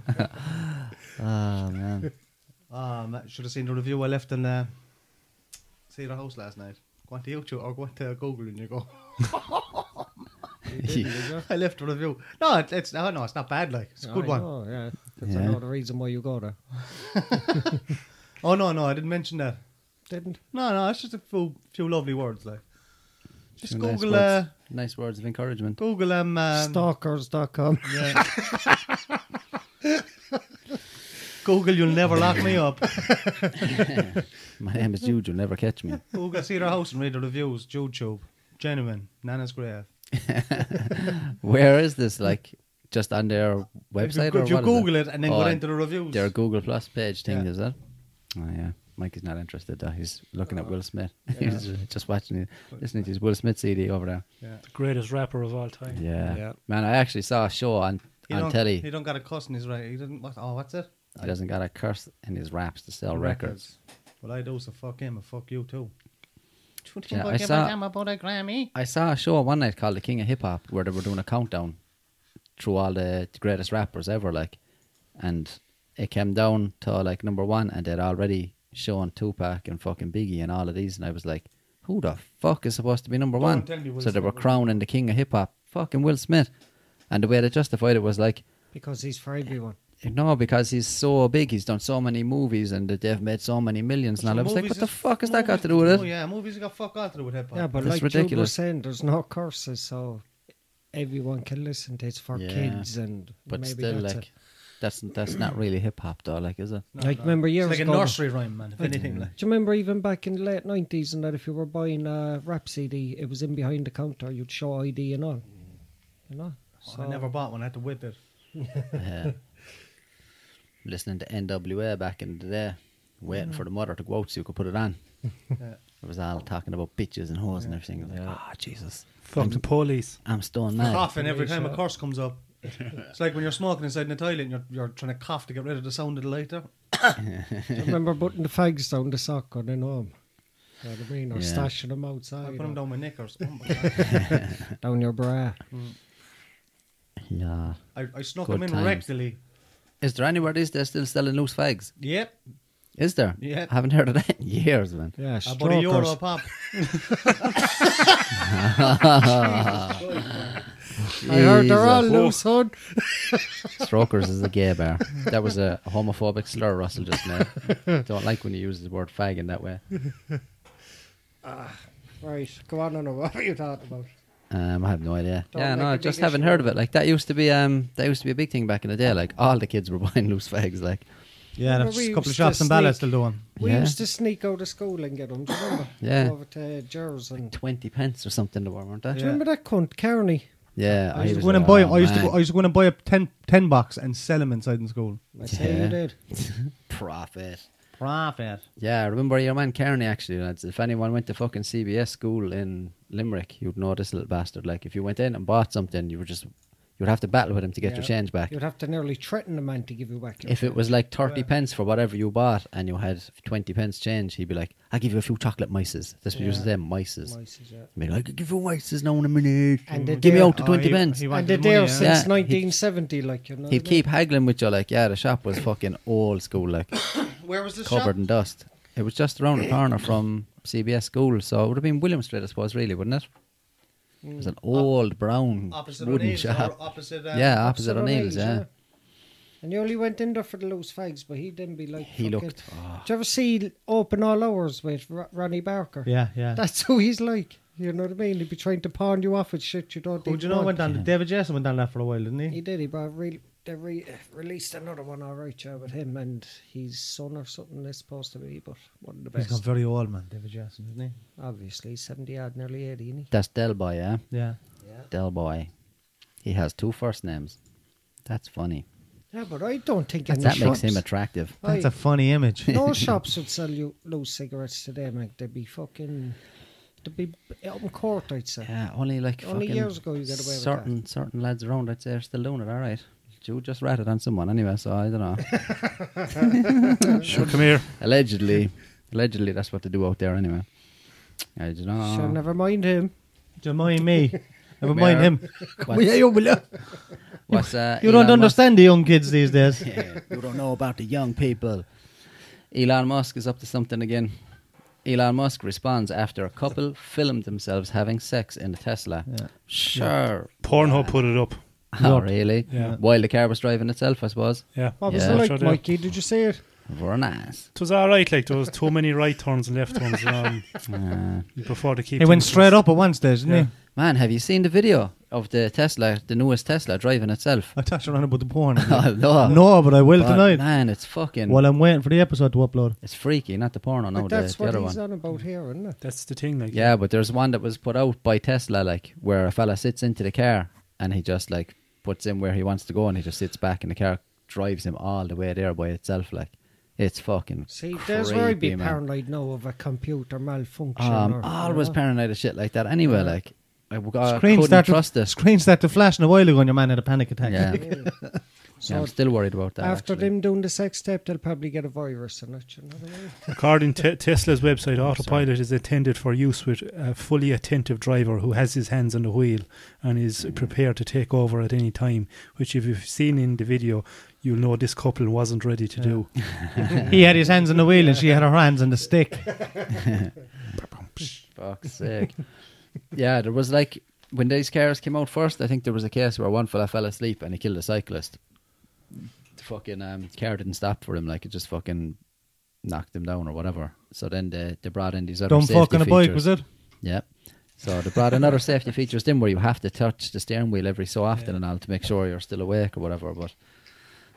Oh man.
Um, should have seen the review I left in uh, see the house last night. Go on to YouTube or go on to Google and you go. I left a review. No, it, it's no, no, it's not bad. Like it's a
mean?
good
I
one.
know, yeah. That's
Yeah.
another reason why you go there.
Oh no, no, I didn't mention that.
Didn't?
No, no, it's just a few, few lovely words. Like just
Two
Google,
nice
uh,
words, nice words of encouragement.
Google um, um
Stalkers.com.
yeah. Google, you'll never lock me up.
My name is Jude. You'll never catch me.
Google, see their house and read the reviews. YouTube, genuine, Nana's grave.
Where is this? Like just on their
If
website
you,
or
if you
what is it?
Google it? and then
Oh,
go into the reviews.
Their Google Plus page thing,
Yeah.
is that? Oh yeah. Mike is not interested though. He's looking at Will Smith. He's uh, just watching it, listening to his Will Smith CD over there.
yeah.
The greatest rapper of all time.
Yeah.
Yeah.
Man, I actually saw a show on,
He
on
don't,
telly.
He don't got a cuss in his right. He doesn't. What, oh, what's it?
He doesn't got a curse in his raps to sell Oh, records.
Well, I do. So fuck him and fuck you too. Do
Yeah, I saw-
about a Grammy?
I saw a show one night called The King of Hip Hop where they were doing a countdown through all the greatest rappers ever, like, and it came down to like number one, and they'd already shown Tupac and fucking Biggie and all of these, and I was like, who the fuck is supposed to be number
Don't
one?
tell me Will
So they were
Smith.
crowning the King of Hip Hop, fucking Will Smith, and the way they justified it was like.
because he's for everyone.
No, because he's so big. He's done so many movies, and that they've made so many millions. And all. I was like, "What the fuck has that got to do with it?"
Oh yeah, movies got fuck all to do with hip hop.
Yeah, but
That's
like you were
ridiculous.
saying, there's no curses, so everyone can listen to it. It's for
Yeah.
kids and
But
maybe
still,
that's
like,
it.
that's that's not really hip hop, though. Like, is it?
like remember
it's
years
like a
ago.
nursery rhyme, man. If anything, like
do you remember even back in the late nineties and that if you were buying a rap CD, it was in behind the counter. You'd show ID and all, you know.
Oh, I never bought one. I had to wait there.
Yeah. Eh, Listening to NWA back in the day, waiting for the mother to go out so you could put it on.
Yeah.
It was all talking about bitches and hoes and everything. I was like, oh, Jesus,
Fuck the police.
I'm stone mad.
Coughing every time a curse comes up. it's like when you're smoking inside the toilet and you're, you're trying to cough to get rid of the sound of the lighter.
Do you remember putting the fags down the sock on in home. You know what I mean? Or
Yeah.
stashing them
I
outside.
put
or
them
down.
down my knickers. Oh my God.
your bra.
Yeah.
I, I snuck
Good
them in
times.
rectally.
Is there anywhere these days still selling loose fags?
Yep.
Is there?
Yeah.
I haven't heard of that in years, man.
Yeah,
I bought a euro
strokers.
pop.
I heard they're
Jesus.
all loose, hon.
Strokers is a gay bar. That was a homophobic slur, Russell, just now. Don't like when you use the word fag in that way.
Right, go on, on. What are you talking about?
Um, I have no idea.
Don't
yeah,
make
no,
a
I
big
just haven't
issue
heard of
of
it. Like that used to be, um, that used to be a big thing back in the day. Like all the kids were buying loose fags. Like,
Yeah,
Remember
there's
we
a couple of
used
shops
to
in Ballast
sneak-
still doing.
We
Yeah.
used to sneak out of school and get them. Do you remember?
Yeah.
Go over to Jers and. Do
twenty pence or something. They were, weren't they?
you remember that cunt, Kearney?
Yeah,
I used to
was
go in and
like,
buy.
"Oh,
I used to.
man,
Go, I used to go in and buy a 10, 10 box and sell them inside in school.
I say
Yeah.
you did.
profit.
Profit.
Yeah, I remember your man Kearney actually. Lads. If anyone went to fucking CBS school in Limerick, you'd know this little bastard. Like, if you went in and bought something, you were just you'd have to battle with him to get your
Yeah.
change back.
You'd have to nearly threaten the man to give you back. your-
If it was like 30 pence for whatever you bought and you had 20 pence change, he'd be like, I'll give you a few chocolate mices. This was
Yeah.
using them, mices.
My says, yeah.
I mean, I could give you mices now in a minute.
And they
give me
dare-
out the
Oh,
20
he-
pence.
he
He,
wa- wanted
And they're
the
there
money, yeah.
since
Yeah, he'd-
1970, like, you know.
would keep haggling with you, like, yeah, the shop was fucking old school, like,
Where was this
covered in dust. It was just around the corner from CBS school, so it would have been William Street, I suppose, really, wouldn't it? It was an old brown
Opposite
wooden
O'Neill's or
shop.
opposite, uh,
yeah, opposite O'Neill's, yeah.
And you only went in there for the loose fags, but he didn't be like.
He
fucking-
looked-
Do you ever see Open All Hours with R- Ronnie Barker?
Yeah, yeah.
That's who he's like. You know what I mean? He'd be trying to pawn you off with shit you don't.
Who
even
Oh, do you know went
want.
down? David Jason went down that for a while, didn't
He
he?
did. He brought re- they re- released another one, all right, yeah, with him and his son or something. It's supposed to be, but one of the
He's got
best.
very old, man. David Jason, isn't
Obviously, he's seventy odd, nearly eighty, isn't he?
That's Del Boy, yeah?
he? Yeah.
Del Boy. He has two first names. That's funny.
Yeah, but I don't think
That
any
makes
shops,
him attractive.
That's
I-
a funny image.
no shops would sell you loose cigarettes today, mate. They'd be fucking. They'd be out in court, I'd say.
Yeah, only like
Only
fucking
years ago you get away with
certain certain lads around I'd say are still doing it. All right, you just ratted on someone anyway, so I don't know.
Sure, come here.
allegedly, allegedly that's what they do out there anyway. I don't
So
know.
never mind him.
Do you mind me? Never mind
here.
him.
What's-
Yeah, you will.
What's, uh,
You don't
Elon Musk-
understand the young kids these days.
Yeah, you don't know about the young people. Elon Musk is up to something again. Elon Musk responds after a couple filmed themselves having sex in a Tesla.
Yeah.
Sure.
Pornhub put it up.
Oh, really?
Yeah.
While the car was driving itself, I suppose.
Yeah.
Oh,
What was
Yeah.
it
Sure
like,
do.
Mikey? Did you see it?
We're nice.
It was all right. Like there was too many right turns and left turns um,
Uh,
before the keep.
He went straight up at one stage, didn't
Yeah.
he?
Man, have you seen the video of the Tesla, the newest Tesla driving itself?
I touched around about the porn.
Oh, no.
no, but I will
But
tonight.
Man, it's fucking.
While I'm waiting for the episode to upload.
it's freaky, not the porno, no,
But
the,
that's
the
what
other
he's
one.
on about here, isn't it?
That's the thing. Like
Yeah, but there's one that was put out by Tesla, like, where a fella sits into the car and he just, like, puts him where he wants to go, and he just sits back, and the car drives him all the way there by itself. Like it's fucking.
See, there's where I'd be
creepy, man.
paranoid now of a computer malfunction.
Um,
or,
always
you know.
paranoid of shit like that. Anyway, like I, w- I
Screen
couldn't
started,
Uh, trust it.
screen started flashing a while ago and your man had a panic attack.
Yeah.
So
Yeah, I'm still worried about that.
after
actually.
them doing the sex tape, they'll probably get a virus in it. You know what I mean?
According to Tesla's website, autopilot is intended for use with a fully attentive driver who has his hands on the wheel and is
Mm.
prepared to take over at any time, which, if you've seen in the video, you'll know this couple wasn't ready to do.
he had his hands on the wheel and she had her hands on the stick.
Fuck's sake. yeah, there was like when these cars came out first, I think there was a case where one fella fell asleep and he killed a cyclist. The fucking um, car didn't stop for him, like it just fucking knocked him down or whatever. So then they, they brought in these other
Don't
safety
fuck on a bike,
features.
was it?
Yeah. So they brought another safety features in where you have to touch the steering wheel every so often and all to make sure you're still awake or whatever. But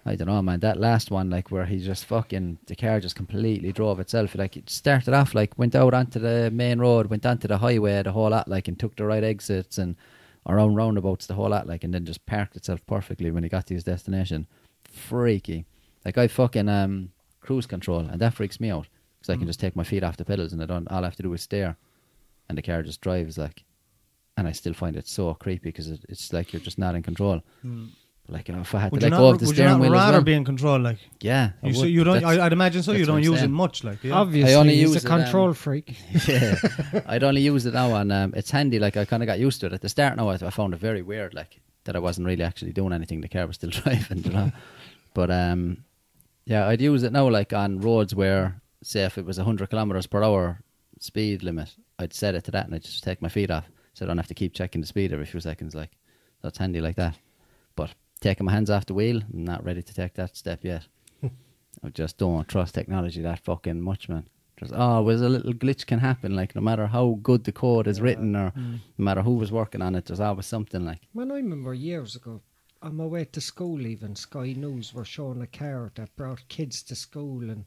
I don't know, man. That last one, like where he just fucking the car just completely drove itself. Like it started off like went out onto the main road, went onto the highway, the whole lot, like and took the right exits and around roundabouts, the whole lot, like and then just parked itself perfectly when he got to his destination. Freaky. Like I fucking um cruise control and that freaks me out because I can just take my feet off the pedals and I don't. All I have to do is stare and the car just drives like and i still find it so creepy because it, it's like you're just not in control like you know if i had
Would
to
you
let go
not,
of the
would you not
steering wheel as
rather
well,
be in control? Like
yeah I
you, so
would.
you don't.
That's-
I, I'd imagine so. You
that's
don't
what I'm
use it
saying.
much. Like yeah.
Obviously,
only
he's
use it,
a
um,
control freak.
yeah. I'd only use it now, and um, it's handy. Like I kind of got used to it at the start. Now I, I found it very weird, like that I wasn't really actually doing anything. The car was still driving, you know. But um, yeah, I'd use it now, like on roads where, say, if it was hundred kilometers per hour speed limit, I'd set it to that, and I'd just take my feet off, so I don't have to keep checking the speed every few seconds. Like that's handy, like that. But taking my hands off the wheel, I'm not ready to take that step yet. I just don't trust technology that fucking much, man. ah, There's always a little glitch can happen, like no matter how good the code is written or
Mm.
no matter who was working on it, there's always something like
Man, I remember years ago, on my way to school, even Sky News were showing a car that brought kids to school, and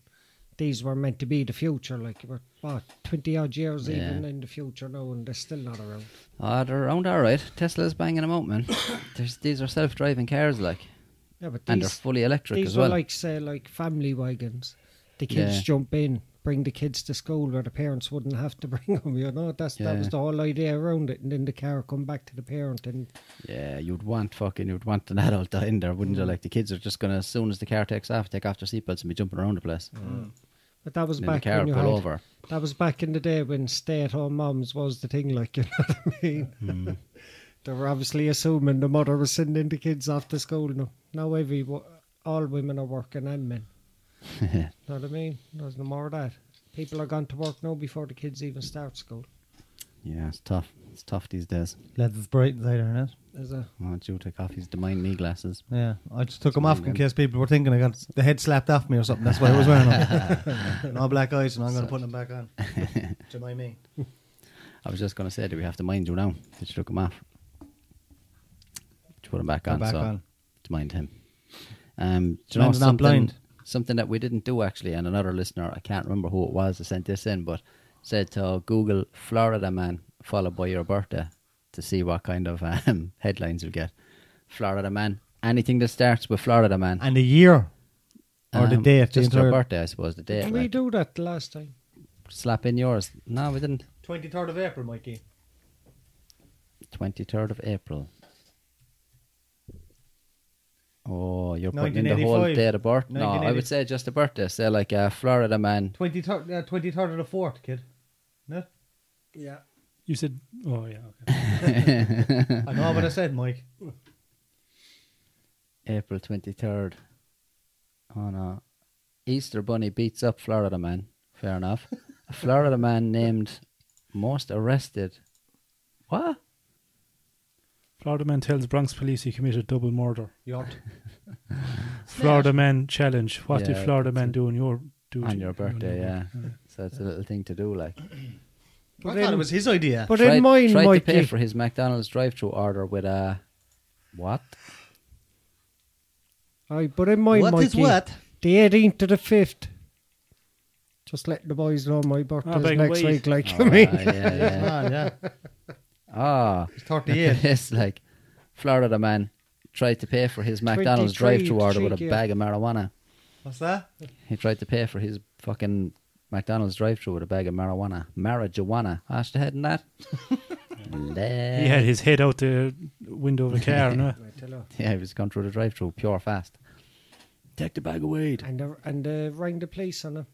these were meant to be the future. Like, we're, what, 20 odd years
Yeah.
even in the future now, and they're still not around.
Ah, they're around all right. Tesla's banging them out, man. there's, these are self driving cars like
Yeah, but
and they're
these,
fully electric
these
as
were
well.
like, say, like family wagons. The kids
Yeah.
jump in, bring the kids to school where the parents wouldn't have to bring them, you know? That's, That
Yeah.
was the whole idea around it, and then the car come back to the parent, and
yeah, you'd want fucking you'd want an adult in there, wouldn't you?
Mm.
Like the kids are just gonna as soon as the car takes off, take off their seatbelts and be jumping around the place.
Mm. but that was
And then the
back
car
when you
pull
had,
over.
That was back in the day when stay-at-home moms was the thing, like you know what I mean. they were obviously assuming the mother was sending the kids off to school. Now, now every wo- all women are working and men. know what I mean? There's no more of that. People are gone to work now before the kids even start school.
Yeah, it's tough. It's tough these days.
Lads, it's bright inside, isn't it?
Is it?
I want you to take off his demine knee glasses.
Yeah, I just took
It's
them off
really
in
good.
case people were thinking I got the head slapped off me or something. That's why I was wearing them. no black eyes, and I'm going to put them back on. Do you mind me?
I was just going to say, do we have to mind you now? Did you took him off? Did you put him back
Put
on?
back
so
on.
To mind him. Um, do you know
Man's not
something,
blind.
something that we didn't do actually, and another listener, I can't remember who it was that sent this in, but said to Google Florida man followed by your birthday to see what kind of um, headlines you get. Florida man. Anything that starts with Florida man.
And the year or the
Um,
date, the
Just your
entire-
birthday, I suppose. The date.
Did we
like.
do that the last time?
Slap in yours. No, we didn't.
23rd of April, Mikey.
23rd of April. Oh, you're putting in the whole
1985.
date of birth? No, I
1980.
would say just the birthday. Say like a Florida man.
23rd, uh, 23rd of the 4th, kid. No?
Yeah.
You said, oh, yeah, okay.
I know what I said, Mike.
April 23rd. Oh, no. Easter Bunny beats up Florida man. Fair enough. a Florida man named most arrested. What?
Florida man tells Bronx police he committed double murder.
Yacht.
Florida man challenge. What did
Yeah,
Florida
that's
man
it.
do on your do
On
to-
your birthday, yeah. So it's a little thing to do, like.
I
But
thought it
in-
was his idea.
But
tried,
in mine,
tried to pay
Mikey,
for his McDonald's drive-through order with a what?
Aye, but in mine, Mikey, the eighteenth to the fifth. Just letting the boys know my birthday
Ah, big
is next
wee.
week. Like
Oh,
I mean,
yeah, yeah.
Ah, yeah.
Ah,
He's 38.
it's like Florida man tried to pay for his McDonald's drive through order with a
23,
bag of marijuana.
What's that?
He tried to pay for his fucking McDonald's drive through with a bag of marijuana. Marijuana. Ash the head in that.
He had his head out the window of the car. no?
I tell you.
Yeah, he was going through the drive through pure fast. Take the bag of weed.
And uh, and uh, rang the police on him.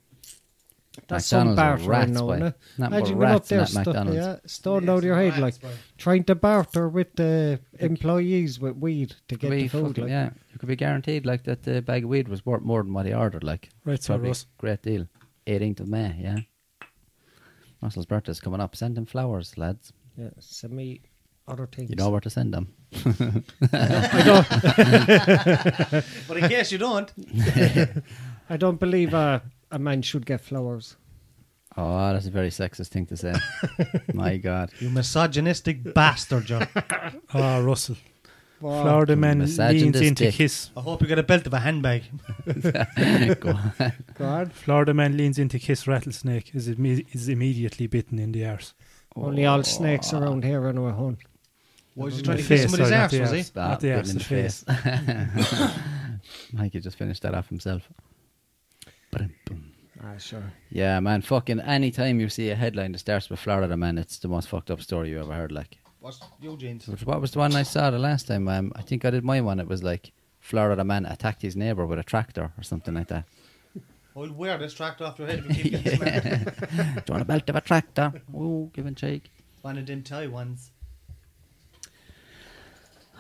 That's some
McDonald's are
bartering
rats,
now,
boy.
no?
Nothing but
Imagine going up
rats in
there,
that McDonald's.
yeah, stoned out of your head, like
Right.
trying to barter with the employees with weed to get
We
the food.
fucking-
Like.
yeah, you could be guaranteed like that the bag of weed was worth more than what he ordered. Like,
Right, so
probably
Russ.
great deal. 18th of May, yeah. Russell's birthday's coming up. Send him flowers, lads.
yeah, send me other things.
You know where to send them.
But in case you don't,
I don't believe uh, a man should get flowers.
Oh, that's a very sexist thing to say. My God.
you misogynistic bastard, John.
Ah, Russell.
Wow.
Florida man leans
Misogynistic.
in to kiss.
I hope you get a belt of a handbag.
Go on.
God.
Florida man leans in to kiss rattlesnake is, imme- is immediately bitten in the arse.
Only all snakes around here anyway, hon.
Why was he
The
trying to kiss
face,
somebody's
sorry, not
arse,
the
was he?
arse.
Stop,
Not the
bit
arse,
in
the face.
Mike, you just finished that off himself. Ba-dum, bum.
Ah, sure.
Yeah, man, fucking any time you see a headline that starts with Florida, man, it's the most fucked up story you ever heard. Like,
What's Eugene's?
Which- what was the one I saw the last time? Um, I think I did my one. It was like Florida man attacked his neighbor with a tractor or something like that.
I'll wear this tractor off your head if you keep getting this man.
Do you want a belt of a tractor? Ooh, give and take.
One of them toy ones.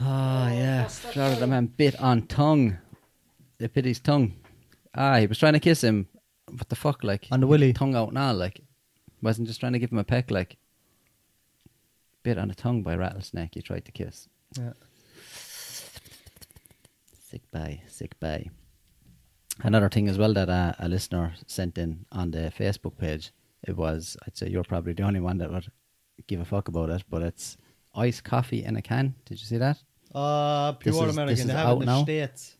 Ah, yeah. Florida man bit on tongue. They bit his tongue. Ah, he was trying to kiss him. What the fuck, like?
On the willy.
Tongue out and all, like. Wasn't just trying to give him a peck, like. Bit on the tongue by rattlesnake he tried to kiss.
Yeah.
Sick bay, sick bay. Another thing as well that uh, a listener sent in on the Facebook page, it was, I'd say you're probably the only one that would give a fuck about it, but it's iced coffee in a can. Did you see that?
Uh, pure
This is- this
American.
is
They have it
out
in
now?
the States.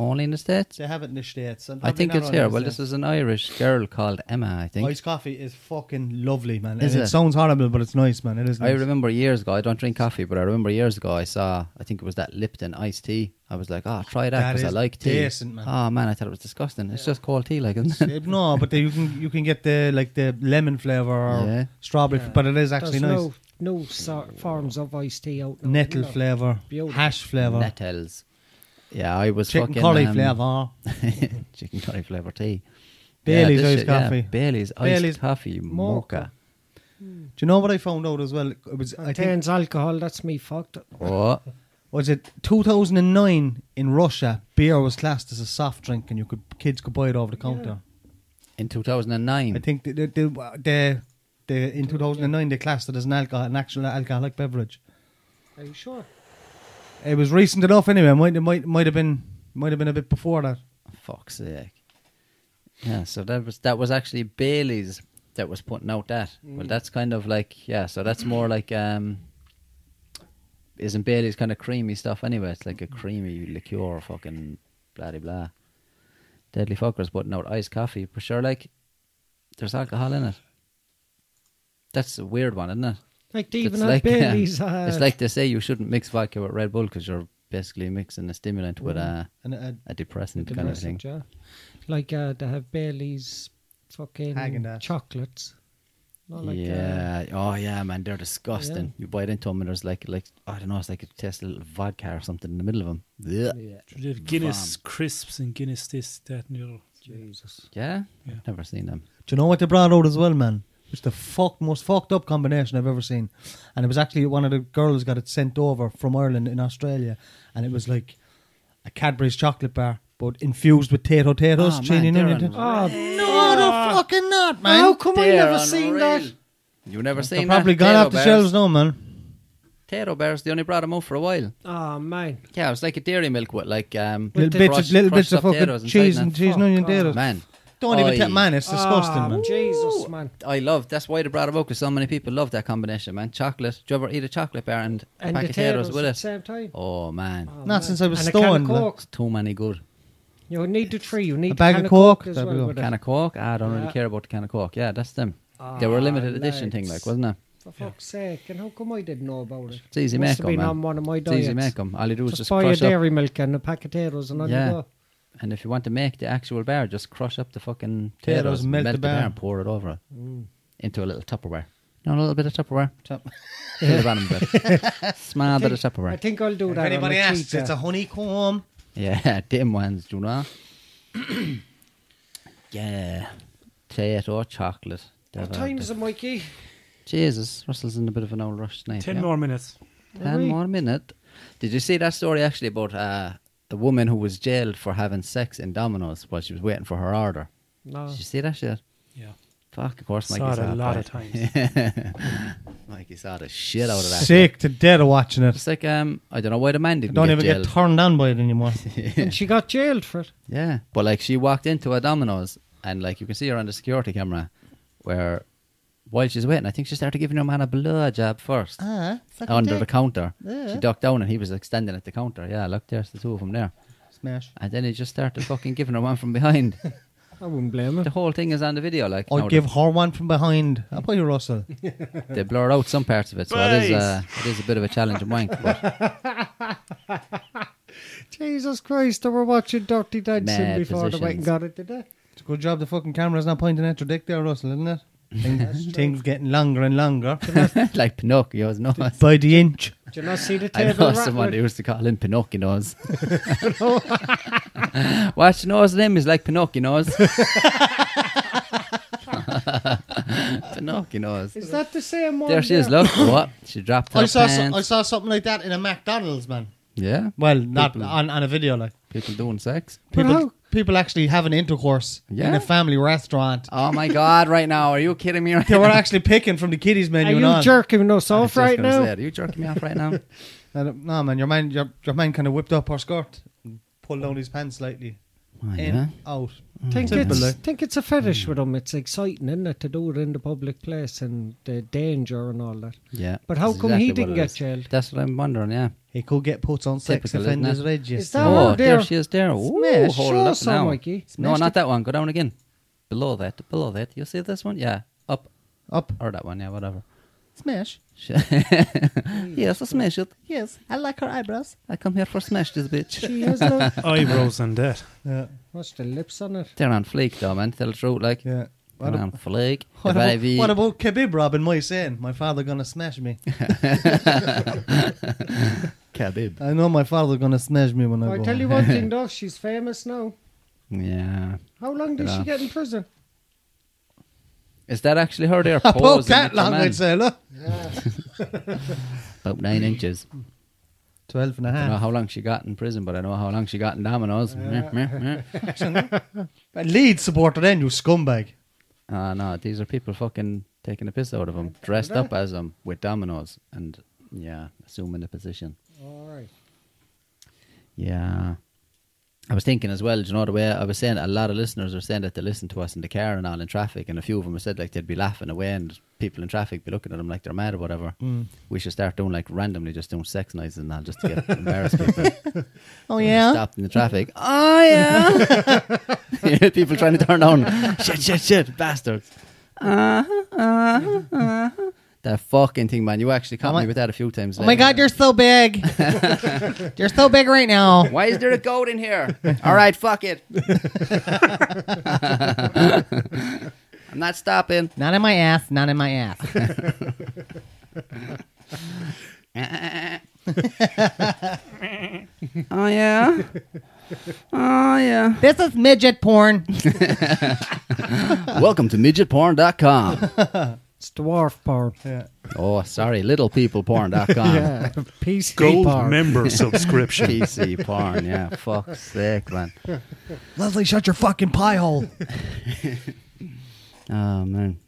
Only in the States?
They have it in the States. and
I
probably
think
not
it's
only
here.
in the
Well,
States.
this is an Irish girl called Emma, I think.
Iced coffee is fucking lovely, man.
Is
and it?
it?
sounds horrible, but it's nice, man. It is.
I
Nice.
remember years ago, I don't drink coffee, but I remember years ago I saw, I think it was that Lipton iced tea. I was like, oh, try that
That
because I
is
like tea.
decent, man.
Oh, man, I thought it was disgusting. It's just cold tea, like, isn't it?
Eh, no, but the, you can you can get the like the lemon flavor or
Yeah.
strawberry,
Yeah.
but it is actually
There's
nice.
no no sort forms of iced tea out now,
Nettle
you know.
flavor,
Beautiful.
hash flavor,
Nettles. Yeah, I was
chicken
fucking.
curry
um,
flavor.
chicken curry flavour tea.
Bailey's
this
iced
shit, yeah,
coffee.
Bailey's iced
Bailey's
coffee mocha.
mocha.
Do you know what I found out as well? It was I think
Contains alcohol. That's me fucked.
Oh,
was it 2009 in Russia? Beer was classed as a soft drink, and you could kids could buy it over the counter.
in 2009.
I think the the, the, the, the in 2009 they classed it as an alcohol, an actual alcoholic beverage.
Are you sure?
It was recent enough anyway. Might it might might have been might have been a bit before that.
Fuck's sake. Yeah, so that was that was actually Bailey's that was putting out that. Well,
Mm.
that's kind of like yeah. So that's more like um. Isn't Bailey's kind of creamy stuff anyway? It's like a creamy liqueur, fucking blah de blah. Deadly fuckers putting out iced coffee, but sure, like there's alcohol in it. That's a weird one, isn't it?
Like they even
It's
had
like, um,
Bailey's. uh,
it's like they say you shouldn't mix vodka with Red Bull because you're basically mixing a stimulant
Mm.
with a,
And uh,
a depressant
the
kind of thing.
message, yeah. Like uh, they have Bailey's fucking
Häagen-Dazs.
chocolates. Not like, uh,
yeah. oh yeah, man, they're disgusting. You bite into them and there's like like I don't know, it's like it tastes a little vodka or something in the middle of them. Yeah.
They have Guinness crisps and Guinness this, that, and the other.
Jesus.
Yeah?
Yeah.
Never seen them.
Do you know what they brought out as well, man? It's the fuck most fucked up combination I've ever seen. And it was actually one of the girls got it sent over from Ireland in Australia, and it was like a Cadbury's chocolate bar, but infused with tato
Oh,
tatoes,
man,
chili and
they're
onion.
unreal.
Oh,
Ah,
no, they're fucking not, man.
How come I never seen that?
You never
They're
seen that?
probably gone
Tato
off the
bears.
shelves now, man.
Tato bears, they only brought them out for a while.
Oh man,
Yeah, it was like a dairy milk with like um
Little
crushed-
bits, of, little
crushed
bits of
up potatoes
fucking
inside
cheese
that.
and cheese and
Fuck
onion
off.
potatoes.
Man,
Don't even
Oi.
tell man, it's disgusting,
Ah,
man.
Jesus, man.
I love that's why they brought it out because so many people love that combination, man. Chocolate. Do you ever eat a chocolate bar and, a
And
pack
the
of potatoes with
at the
it?
same time.
Oh man,
Oh,
Not
man.
since I was
and a can
stoned.
of
like.
Coke.
too many good.
You need the three. You need
A bag
the can
of
of Coke,
Coke,
as
there we
well.
go.
with it.
Can of Coke? I don't really
Yeah.
care about the can of Coke. Yeah, that's them. they were a
Ah,
limited edition thing,
lads.
like, wasn't it?
For fuck's sake, and how come I didn't know about it?
It's easy
Must
make
have been on
man.
one of my
It's
diets.
easy make 'em. All you do is
Just,
just,
buy a
crush up.
dairy milk and a pack of potatoes and on
Yeah.
you go.
And if you want to make the actual bar, just crush up the fucking
Potatoes,
potatoes,
melt the bar.
and pour it over it
Mm.
into a little Tupperware. No, a little bit of Tupperware. Top. Fill the bottom bit. Small bit of
I
Tupperware.
think I'll do
If
that.
anybody
on a
asks,
cheat
it's a
day.
honeycomb.
Yeah, dim ones, do you know? yeah. Potato, chocolate.
What
Devil,
time is it, Mikey?
Jesus, Russell's in a bit of an old rush tonight.
Ten
yeah?
more minutes.
Are
Ten
we?
more minute. Did you see that story actually about uh, the woman who was jailed for having sex in Domino's while she was waiting for her order?
No.
Did you see that shit?
Yeah.
Fuck, of course, Mikey
Oh. Saw it a
it,
lot
but-
of times.
Mikey saw the shit out of that.
Sick to death of watching it.
It's like um, I don't know why the man
I
didn't
don't
get
even
jailed.
get turned on by it anymore.
and she got jailed for it.
yeah, but like she walked into a Domino's and like you can see her on the security camera, where while she's waiting, I think she started giving her man a blowjob first
ah, fucking
under the
dick.
counter.
Yeah.
She ducked down and he was like standing at the counter. Yeah, look, there's the two of them there.
Smash.
And then he just started fucking giving her one from behind.
I wouldn't blame
The
her.
whole thing is on the video.
Oh,
Like
I
now
give her one from behind. How about you, Russell?
they, they blur out some parts of it, so it is, uh, it is a bit of a challenge of mine. But
Jesus Christ, they were watching Dirty Dancing
Mad
before they went and
positions.
got it, did they?
It's a good job the fucking camera's not pointing at your dick there, Russell, isn't it? Things, things getting longer and longer
like Pinocchio's nose.
by the inch.
Did you not see the
I
table
know someone who
rattling?
used to call him Pinocchio Nose. Watch Nose name is like Pinocchio Nose. Pinocchio Nose.
Is that the same one?
There she is, look. What? She dropped her
I saw, so,
pants.
I saw something like that in a McDonald's, man.
yeah,
Well, not
People-
on, on a video, like.
people doing sex.
But
People,
how-
people actually having intercourse in
Yeah.
a family restaurant.
Oh my god, right now. Are you kidding me right
They
now?
were actually picking from the kiddies
Are
menu and
you
all.
jerking us
I
off
was just
right
gonna
now?
say, Are you jerking me off right now?
And, no, man, your man, your, your man kind of whipped up her skirt, and pulled down his pants slightly,
Oh,
in,
yeah.
out.
Think
Simple,
it's,
like.
think it's a fetish
Hmm.
with them. It's exciting, isn't it, to do it in the public place and the danger and all that.
Yeah.
But how
that's
come
exactly
he
what
didn't
it
get
is.
jailed?
That's what I'm wondering, yeah.
He could get put on sex
Typical, isn't
offenders
it?
Is
register.
that
Oh,
her
there,
there?
she is there. Ooh, hold
Smash, show
it up
us her,
now.
Mikey.
No,
Smash
not that one. Go down again. Below that, below that. You see this one? Yeah, up
Up,
or that one? Yeah, whatever.
smash.
yes, I smash it. Yes, I like her eyebrows. I come here for smash this bitch.
She has no...
Eyebrows and that.
Yeah,
What's the lips on it?
They're on fleek, though, man. Tell the truth, like
yeah. What,
they're on
ab-
fleek.
what,
If I
about,
be-
what about Khabib robbing my saying, my father gonna smash me?
Khabib?
I know my father gonna smash me when I
I
go.
tell you one thing, though. She's famous now.
Yeah.
How long did
Dunno.
she get in prison?
Is that actually her there?
About
posing with
that
the
long,
man?
I'd say, look.
About nine inches.
12 and a
I don't know
half.
how long she got in prison, but I know how long she got in Domino's. Meh, meh, meh.
A Leeds supporter then, you scumbag.
Ah, no, these are people fucking taking the piss out of him, dressed up as him with dominoes and, yeah, assuming the position.
All right.
Yeah. I was thinking as well, do you know, the way I was saying a lot of listeners are saying that they listen to us in the car and all in traffic, and a few of them have said like they'd be laughing away and people in traffic be looking at them like they're mad or whatever.
Mm.
We should start doing like randomly just doing sex nights and all just to get embarrassed people.
Oh, yeah?
Stopped in the traffic. Oh, yeah. yeah. People trying to turn on. Shit, shit, shit. Bastards. Uh-huh, uh-huh, uh-huh. That fucking thing, man. You actually caught
Oh my-
me with that a few times.
Oh, my God, you're so big. you're so big right now.
Why is there a goat in here? All right, fuck it. I'm not stopping.
Not in my ass, not in my ass.
Oh, yeah. Oh, yeah.
this is midget porn.
Welcome to midgetporn.com.
It's dwarf porn.
Yeah.
Oh, sorry, littlepeopleporn.com.
Yeah. PC
Gold
porn.
member subscription.
PC porn, yeah. Fuck's sake, man.
Leslie, shut your fucking pie hole.
Oh man,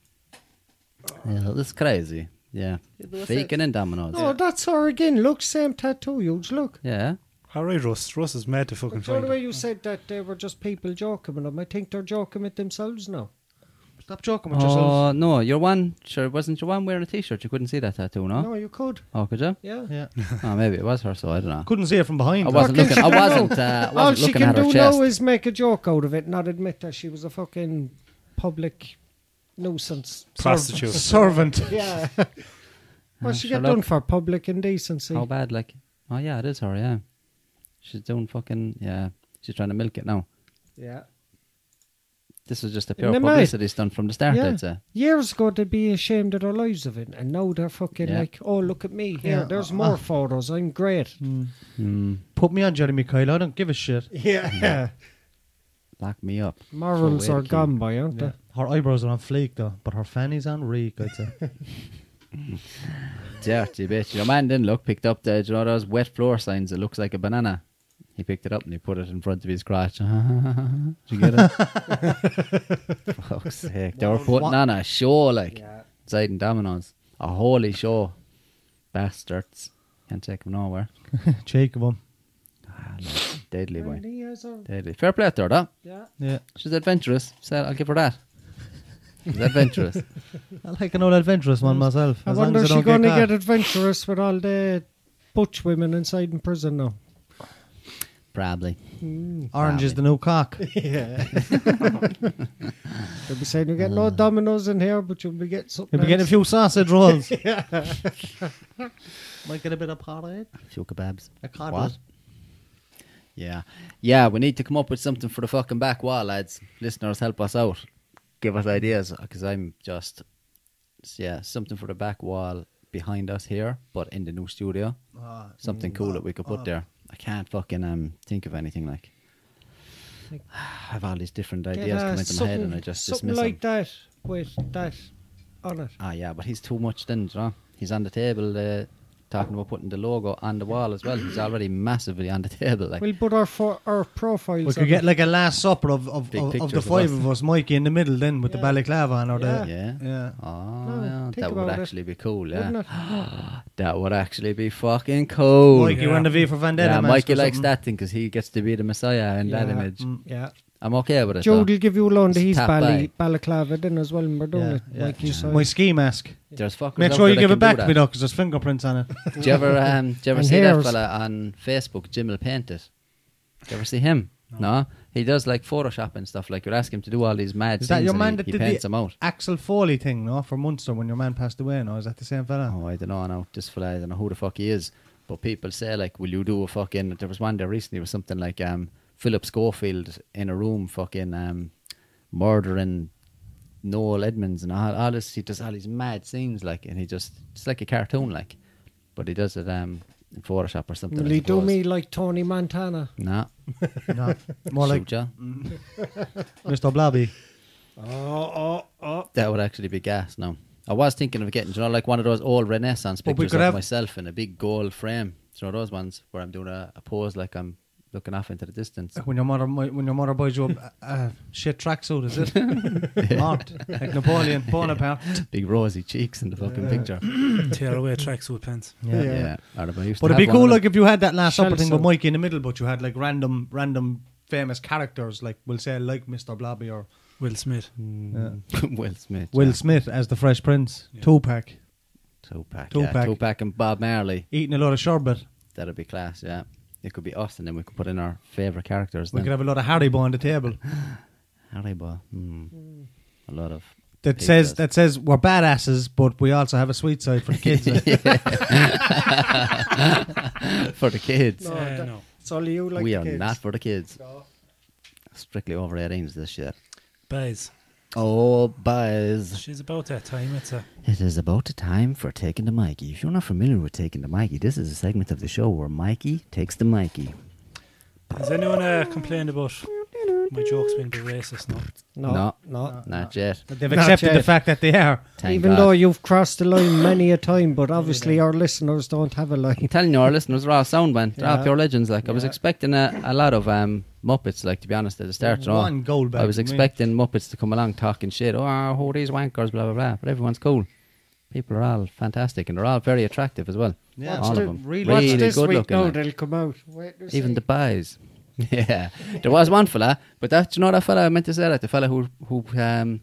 yeah, that's crazy. Yeah, faking and dominoes.
Oh, that's her again. Look, same tattoo. Huge. Look.
Yeah,
All right, Russ. Russ is mad to fucking
But the
find
only way
it.
you said that they were just people joking with them, I think they're joking with themselves now.
Stop joking with yourself.
Oh no, your one. Sure, wasn't your one wearing a t-shirt? You couldn't see that tattoo, no?
No, you could.
Oh, could you?
Yeah.
Yeah.
Oh, maybe it was her. So I don't know.
Couldn't see it from behind.
I wasn't
Fucking
looking. I
she can
wasn't.
do-
Uh, I
All
wasn't
she
looking
can
at her
do
chest.
now is make a joke out of it, not admit that she was a fucking public nuisance.
Prostitute.
Servant.
Yeah. Well,
Uh,
she got
Sherlock,
done for public indecency.
How bad? Like, oh yeah, it is her. Yeah, she's doing fucking yeah. She's trying to milk it now.
Yeah.
This is just a pure
Never mind.
publicity stunt from the start.
Yeah.
I'd say.
Years ago, they'd be ashamed of their lives of it, and now they're fucking
Yeah.
like, "Oh, look at me! Here,
Yeah,
there's
uh,
more
uh.
photos. I'm great."
Hmm,
Put me on Jeremy Kyle. I don't give a shit.
Yeah,
lock me up.
morals
Well,
are
wait,
gone by, aren't
Yeah. Her eyebrows are on fleek though, but her fanny's on reek. I'd say.
Dirty bitch. Your man didn't look. Picked up the, do you know those wet floor signs that looks like a banana. He picked it up and he put it in front of his crotch. Did you get it? Fuck's sake. They were
Well,
putting
what-
on a show
they?
like Zayden Domino's. A holy show. Bastards. Can't take them nowhere.
Cheek of 'em.
Ah, no. Deadly boy.
And he has a-
Deadly. Fair play to her, though.
yeah.
Yeah.
She's adventurous. So I'll give her that. She's adventurous.
I like an old adventurous one myself.
Mm. I
as long
wonder
as
if
I
she's
don't
going to
get
get
caught.
adventurous with all the butch women inside in prison now.
Probably.
Orange is the new cock.
Yeah. They'll be saying, you get no
Mm.
dominoes in here, but you'll be getting something.
You'll be getting a
else."
few sausage rolls. Might get a bit of porridge.
A few kebabs.
A
What? Yeah. Yeah, we need to come up with something for the fucking back wall, lads. Listeners, help us out. Give us ideas, because I'm just, yeah, something for the back wall behind us here, but in the new studio.
Ah,
Something cool that we could put there. I can't fucking um, think of anything like.
Like-
I have all these different
Get,
ideas
uh,
come into my head and
something-
I just
Something
dismiss
like
them.
that with that on it.
Ah, yeah, but he's too much then, do you know? He's on the table uh, talking about putting the logo on the wall as well. He's already massively on the table. Like,
We'll put our fo- our profiles.
We
on
could get
it.
like a last supper of, of,
Big
of, of
pictures
the
of
five
us.
of us, Mikey in the middle, then with the
Yeah.
balaclava on or
Yeah.
the
yeah.
yeah.
Oh,
No,
yeah,
think
that would
about it,
actually be cool, yeah.
wouldn't it?
That would actually be fucking cool.
Mikey
Yeah.
wearing the V for Vendetta.
yeah,
mask or
Mikey likes
something.
that thing because he gets to be the messiah in that
Yeah.
image.
Mm.
Yeah.
I'm okay with it.
Joe
though.
will give you a loan to
uh, It's
his
tap
bally,
by.
balaclava then as well, and we're doing
Yeah,
it.
yeah.
Like you said.
My ski mask.
There's fuckers
Make
out
sure
there
you
that
give
can
it back
do
to me
that.
though, because there's fingerprints on it.
Do you ever, um, do you ever
And
see that
hairs.
fella on Facebook, Jimil Painters? Do you ever see him? No. He does like Photoshop and stuff. Like, you'd ask him to do all these mad
Is
things
that your
and
man
he,
that
he
did
paints
the
them out.
Axel Foley thing, no, for Munster when your man passed away, no? Is that the same fella?
Oh, I don't know now. This fella, I don't know who the fuck he is. But people say like, will you do a fucking? There was one there recently. It was something like um, Philip Schofield in a room fucking um, murdering Noel Edmonds and all, all this. He does all these mad scenes like, and he just it's like a cartoon like, but he does it um, in Photoshop or something. I
Will he do
suppose.
me like Tony Montana?
Nah,
No, more like
shoot ya.
Mr. Blobby.
Oh, oh, oh.
that would actually be gas. No, I was thinking of getting, do you know, like one of those old Renaissance
But we
pictures
could
of
have-
myself in a big gold frame. Do you know those ones where I'm doing a, a pose like I'm looking off into the distance?
When your mother, when your mother buys you a, a shit tracksuit, is it? Marked like Napoleon Bonaparte.
Big rosy cheeks in the fucking picture.
Tear away tracksuit pants.
Yeah.
Yeah.
I don't know, I used to
But it'd be
have one
cool,
of
like if you had that last supper
Shall
thing with
so.
Mikey in the middle, but you had like random, random famous characters, like we'll say like Mr. Blobby or
Will Smith.
them.
them. Will Smith.
Will
yeah.
Smith as the Fresh Prince,
Yeah.
Tupac,
Tupac. Yeah,
Tupac.
Tupac and Bob Marley.
eating a lot of sherbet.
That'd be class. Yeah. It could be us, and then we could put in our favorite characters.
We
Then.
could have a lot of Haribo on the table
Harry Bo- hmm.
Mm.
A lot of.
that
Pizzas.
says that says we're badasses, but we also have a sweet side for the kids.
for the kids.
No,
Uh,
that-
no.
it's only you like
we
the
are
kids.
not for the kids. Strictly over 18s, this shit.
Bays.
Oh, boys.
She's about that time. It's a
It is about the time for Taking the Mikey. If you're not familiar with Taking the Mikey, this is a segment of the show where Mikey takes the Mikey.
Has anyone uh, complained about my jokes being a bit racist? No.
No,
No.
no.
Not yet.
But They've
Not
accepted the
yet.
fact that they are.
Thank
Even
God.
though you've crossed the line many a time, but obviously our listeners don't have a
I'm
line.
telling you, our listeners are all sound, man. They're all
Yeah.
pure legends. Like, I was
Yeah.
expecting a, a lot of um, Muppets, like, to be honest, at the start. you know.
One gold bag
I was
for me.
expecting Muppets to come along talking shit. Oh, who are these wankers, blah, blah, blah. But everyone's cool. People are all fantastic and they're all very attractive as well. all
Yeah. What's
of
the-
them.
really-
Really,
What's this
good
week?
looking.
No,
like.
they'll come out. Wait a
Even
sec.
the buys. Yeah, there was one fella, but that you know that fella I meant to say that the fella who who um,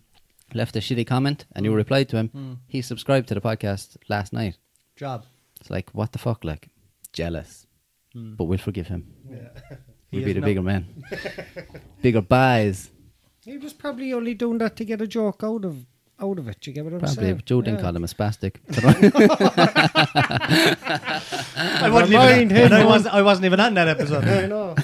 left a shitty comment and you replied to him. He subscribed to the podcast last night.
Job.
It's like what the fuck, like jealous, but we'll forgive him.
He
We'll be
is
the
not-
bigger man, bigger buys.
He was probably only doing that to get a joke out of out of it. Do you get what I'm
Probably.
saying?
but Joe didn't
Yeah.
call him a spastic.
I wasn't,
mind
even,
him,
and I,
man.
wasn't, I wasn't even on that episode.
I know.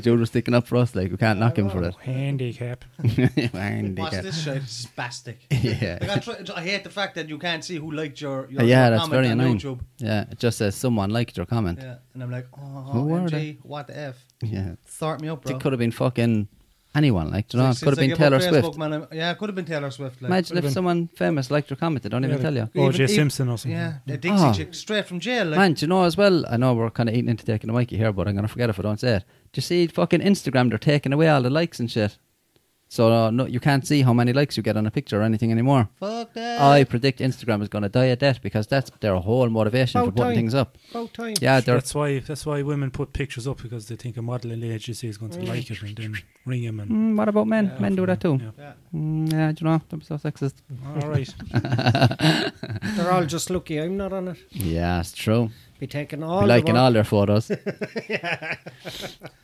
Joe was sticking up for us. Like, we can't knock him for it.
Handicap.
Andy
What's
Cat.
this shit? Spastic.
Yeah.
Like, I, try, I hate the fact that you can't see who liked your, your
Uh, Yeah,
your
that's
comment
very
on
annoying.
YouTube.
Yeah, it just says someone liked your comment.
Yeah, and I'm like, oh,
Who were they?
MG, what the f?
Yeah.
Start me up, bro.
It could have been fucking anyone. Like, do you know, it
Like,
could have
since I
been
gave
Taylor
up Facebook,
Swift.
Man, I'm- yeah, it could have been Taylor Swift. Like,
Imagine if someone famous liked your comment. They don't even tell you.
OJ
Even-
Simpson or something.
yeah, the Dixie
Ah.
chick straight from jail. Like,
Man, do you know as well? I know we're kind of eating into taking the Mikey here, but I'm going to forget if I don't say it. Do you see fucking Instagram? They're taking away all the likes and shit. So uh, no, you can't see how many likes you get on a picture or anything anymore.
fuck that.
I predict Instagram is going to die a death because that's their whole motivation
Oh,
for
About
putting
time.
things up.
About time.
Yeah, they're
That's why that's why women put pictures up because they think a model in the agency is going to like it and then ring him and.
Mm, what about men? men do that too.
Yeah.
yeah.
Mm, yeah, do you know? Don't be so sexist.
All right.
They're all just lucky I'm not on it.
Yeah, it's true.
Be taking
Be
all the
liking
work.
all their photos. yeah, no,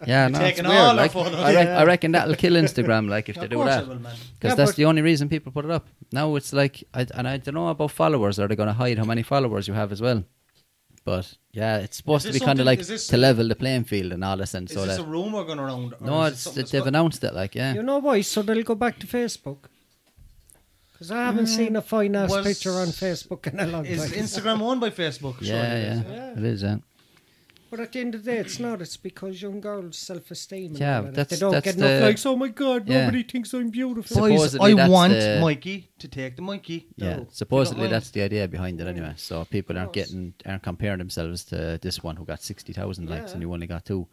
it's
taking
weird,
all their
like,
photos.
I, rec- I reckon that'll kill Instagram, like if
Of
they do
course
that,
it will, man.
because
Yeah,
that's
but-
the only reason people put it up. Now it's like, I, and I don't know about followers. Are they going to hide how many followers you have as well? But yeah, it's supposed to
this
be kind of
something-
like
is this-
to level the playing field and all this, and
Is
so
this
that.
a rumor going around? or
no,
is it
it's
something
that
that's
they've
got-
announced it, like yeah.
You know why? So they'll go back to Facebook. Because I
Mm.
haven't seen a fine ass
Was-
picture on Facebook in a long
Is
time.
Instagram owned by Facebook? Surely
yeah,
it
yeah,
is,
yeah.
it is. Yeah,
But at the end of the day, it's not. It's because young girls' self esteem.
Yeah,
they
that's-
don't
that's
get
the-
enough likes. Oh my god,
yeah.
nobody thinks I'm beautiful.
Suppose-
Boys,
Supposedly
I
that's
want
the-
Mikey to take the Mikey.
yeah.
Oh,
No.
Supposedly
You don't
that's the idea behind it, anyway. So people aren't
course.
getting aren't comparing themselves to this one who got sixty thousand likes
Yeah. Mm.
and you only got two.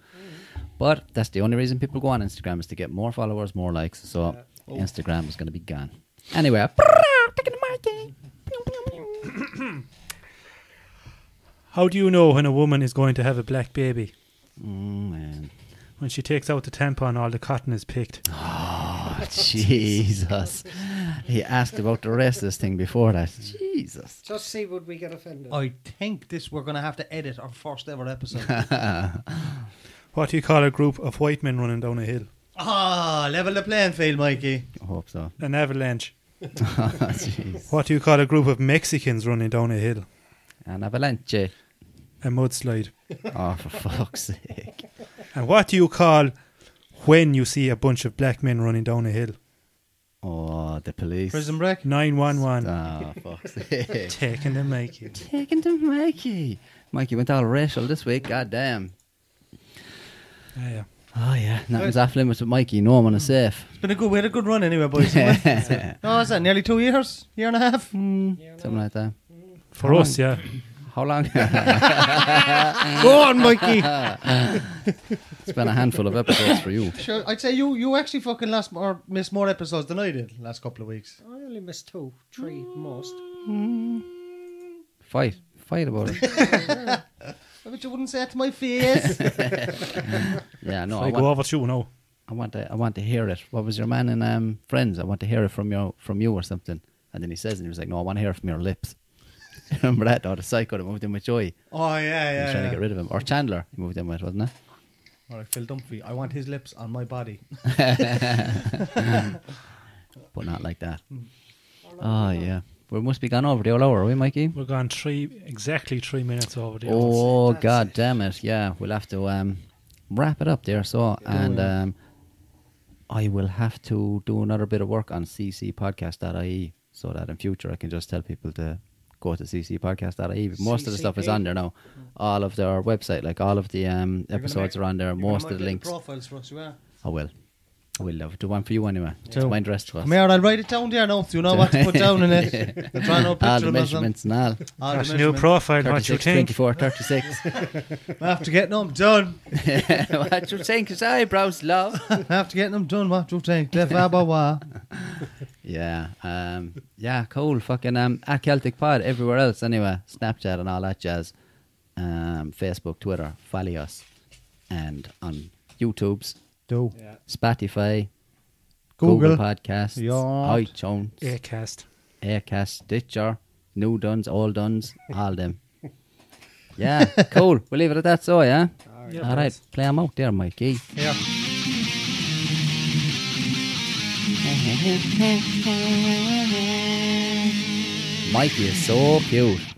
But that's the only reason people go on Instagram is to get more followers, more likes. So
Oh.
Instagram is going to be gone. Anyway,
How do you know when a woman is going to have a black baby?
Mm, man.
When she takes out the tampon, all the cotton is picked.
Oh, Jesus! He asked about the racist thing before that. Jesus!
Just see would we get offended.
Oh,
I think this we're going to have to edit our first ever episode.
What do you call a group of white men running down a hill?
Ah, level the playing field, Mikey.
I hope so.
An avalanche.
Jeez.
What do you call a group of Mexicans running down a hill?
An avalanche.
A mudslide.
Oh, for fuck's sake.
And what do you call when you see a bunch of black men running down a hill?
Oh, the police.
Prison break.
911.
Oh, fuck's sake.
Taking the Mikey.
Taking to Mikey. Mikey went all racial this week, goddamn.
Yeah, yeah.
Oh, yeah. Nothing's off limits with Mikey. No one is safe.
It's been a good, we had a good run anyway, boys. no, is that nearly two years, year and a half? Hmm.
Something like that.
For us, yeah.
How long? it's
Go on, Mikey.
been a handful of episodes for you.
Sure, I'd say you you actually fucking lost or missed more episodes than I did last couple of weeks.
I only missed two, three most.
Fight. Fight about it.
I bet you wouldn't say it to my face.
Yeah, no,
So
I
I go
want,
over to you now.
I, want to, I want to hear it. What was your man in um, Friends? I want to hear it from, your, from you or something. And then he says, and he was like, no, I want to hear it from your lips. Remember that? Or the psycho that moved in with Joy.
oh yeah,
He was
yeah.
trying
yeah.
to get rid of him. Or Chandler, he moved in with, wasn't it?
All right, Phil Dunphy. I want his lips on my body.
But not like that.
Hmm.
Oh, yeah. We must be gone over the whole hour, are we, Mikey?
We're gone three, exactly three minutes over the hour.
Oh god damn it! Yeah, we'll have to um, wrap it up there. So and um, I will have to do another bit of work on ccpodcast.ie E, so that in future I can just tell people to go to ccpodcast.ie. But E. Most of the stuff is
CCP.
on there now. All of their website, like all of the um,
You're gonna
episodes,
make-
are on there.
you're gonna
Most
make
of the
little
links.
Profiles for us, you are.
I will. I will love. Do one for you anyway. It's
Do.
my dress to us.
Come here, I'll write it down there now. So you know what to put down in it. I'll try and picture
All the
them or something.
measurements and all.
All the
Got a new
measurements.
profile, what you
36,
think?
24, 36.
After getting them done,
what you think is eyebrows, love.
after getting them done, what do you think? Def Abawa.
Yeah, um, yeah, cool. Fucking um, at Celtic Pod everywhere else anyway. Snapchat and all that jazz. Um, Facebook, Twitter, follow us, and on YouTube's
Do
Spotify, Google,
Google.
Podcasts,
Yeah.
iTunes,
Acast.
Aircast, Stitcher, New Duns, Old Duns, all them. Yeah, cool. We'll leave it at that. So yeah, all right, all right. play 'em out there, Mikey.
Yeah.
Mikey is so cute.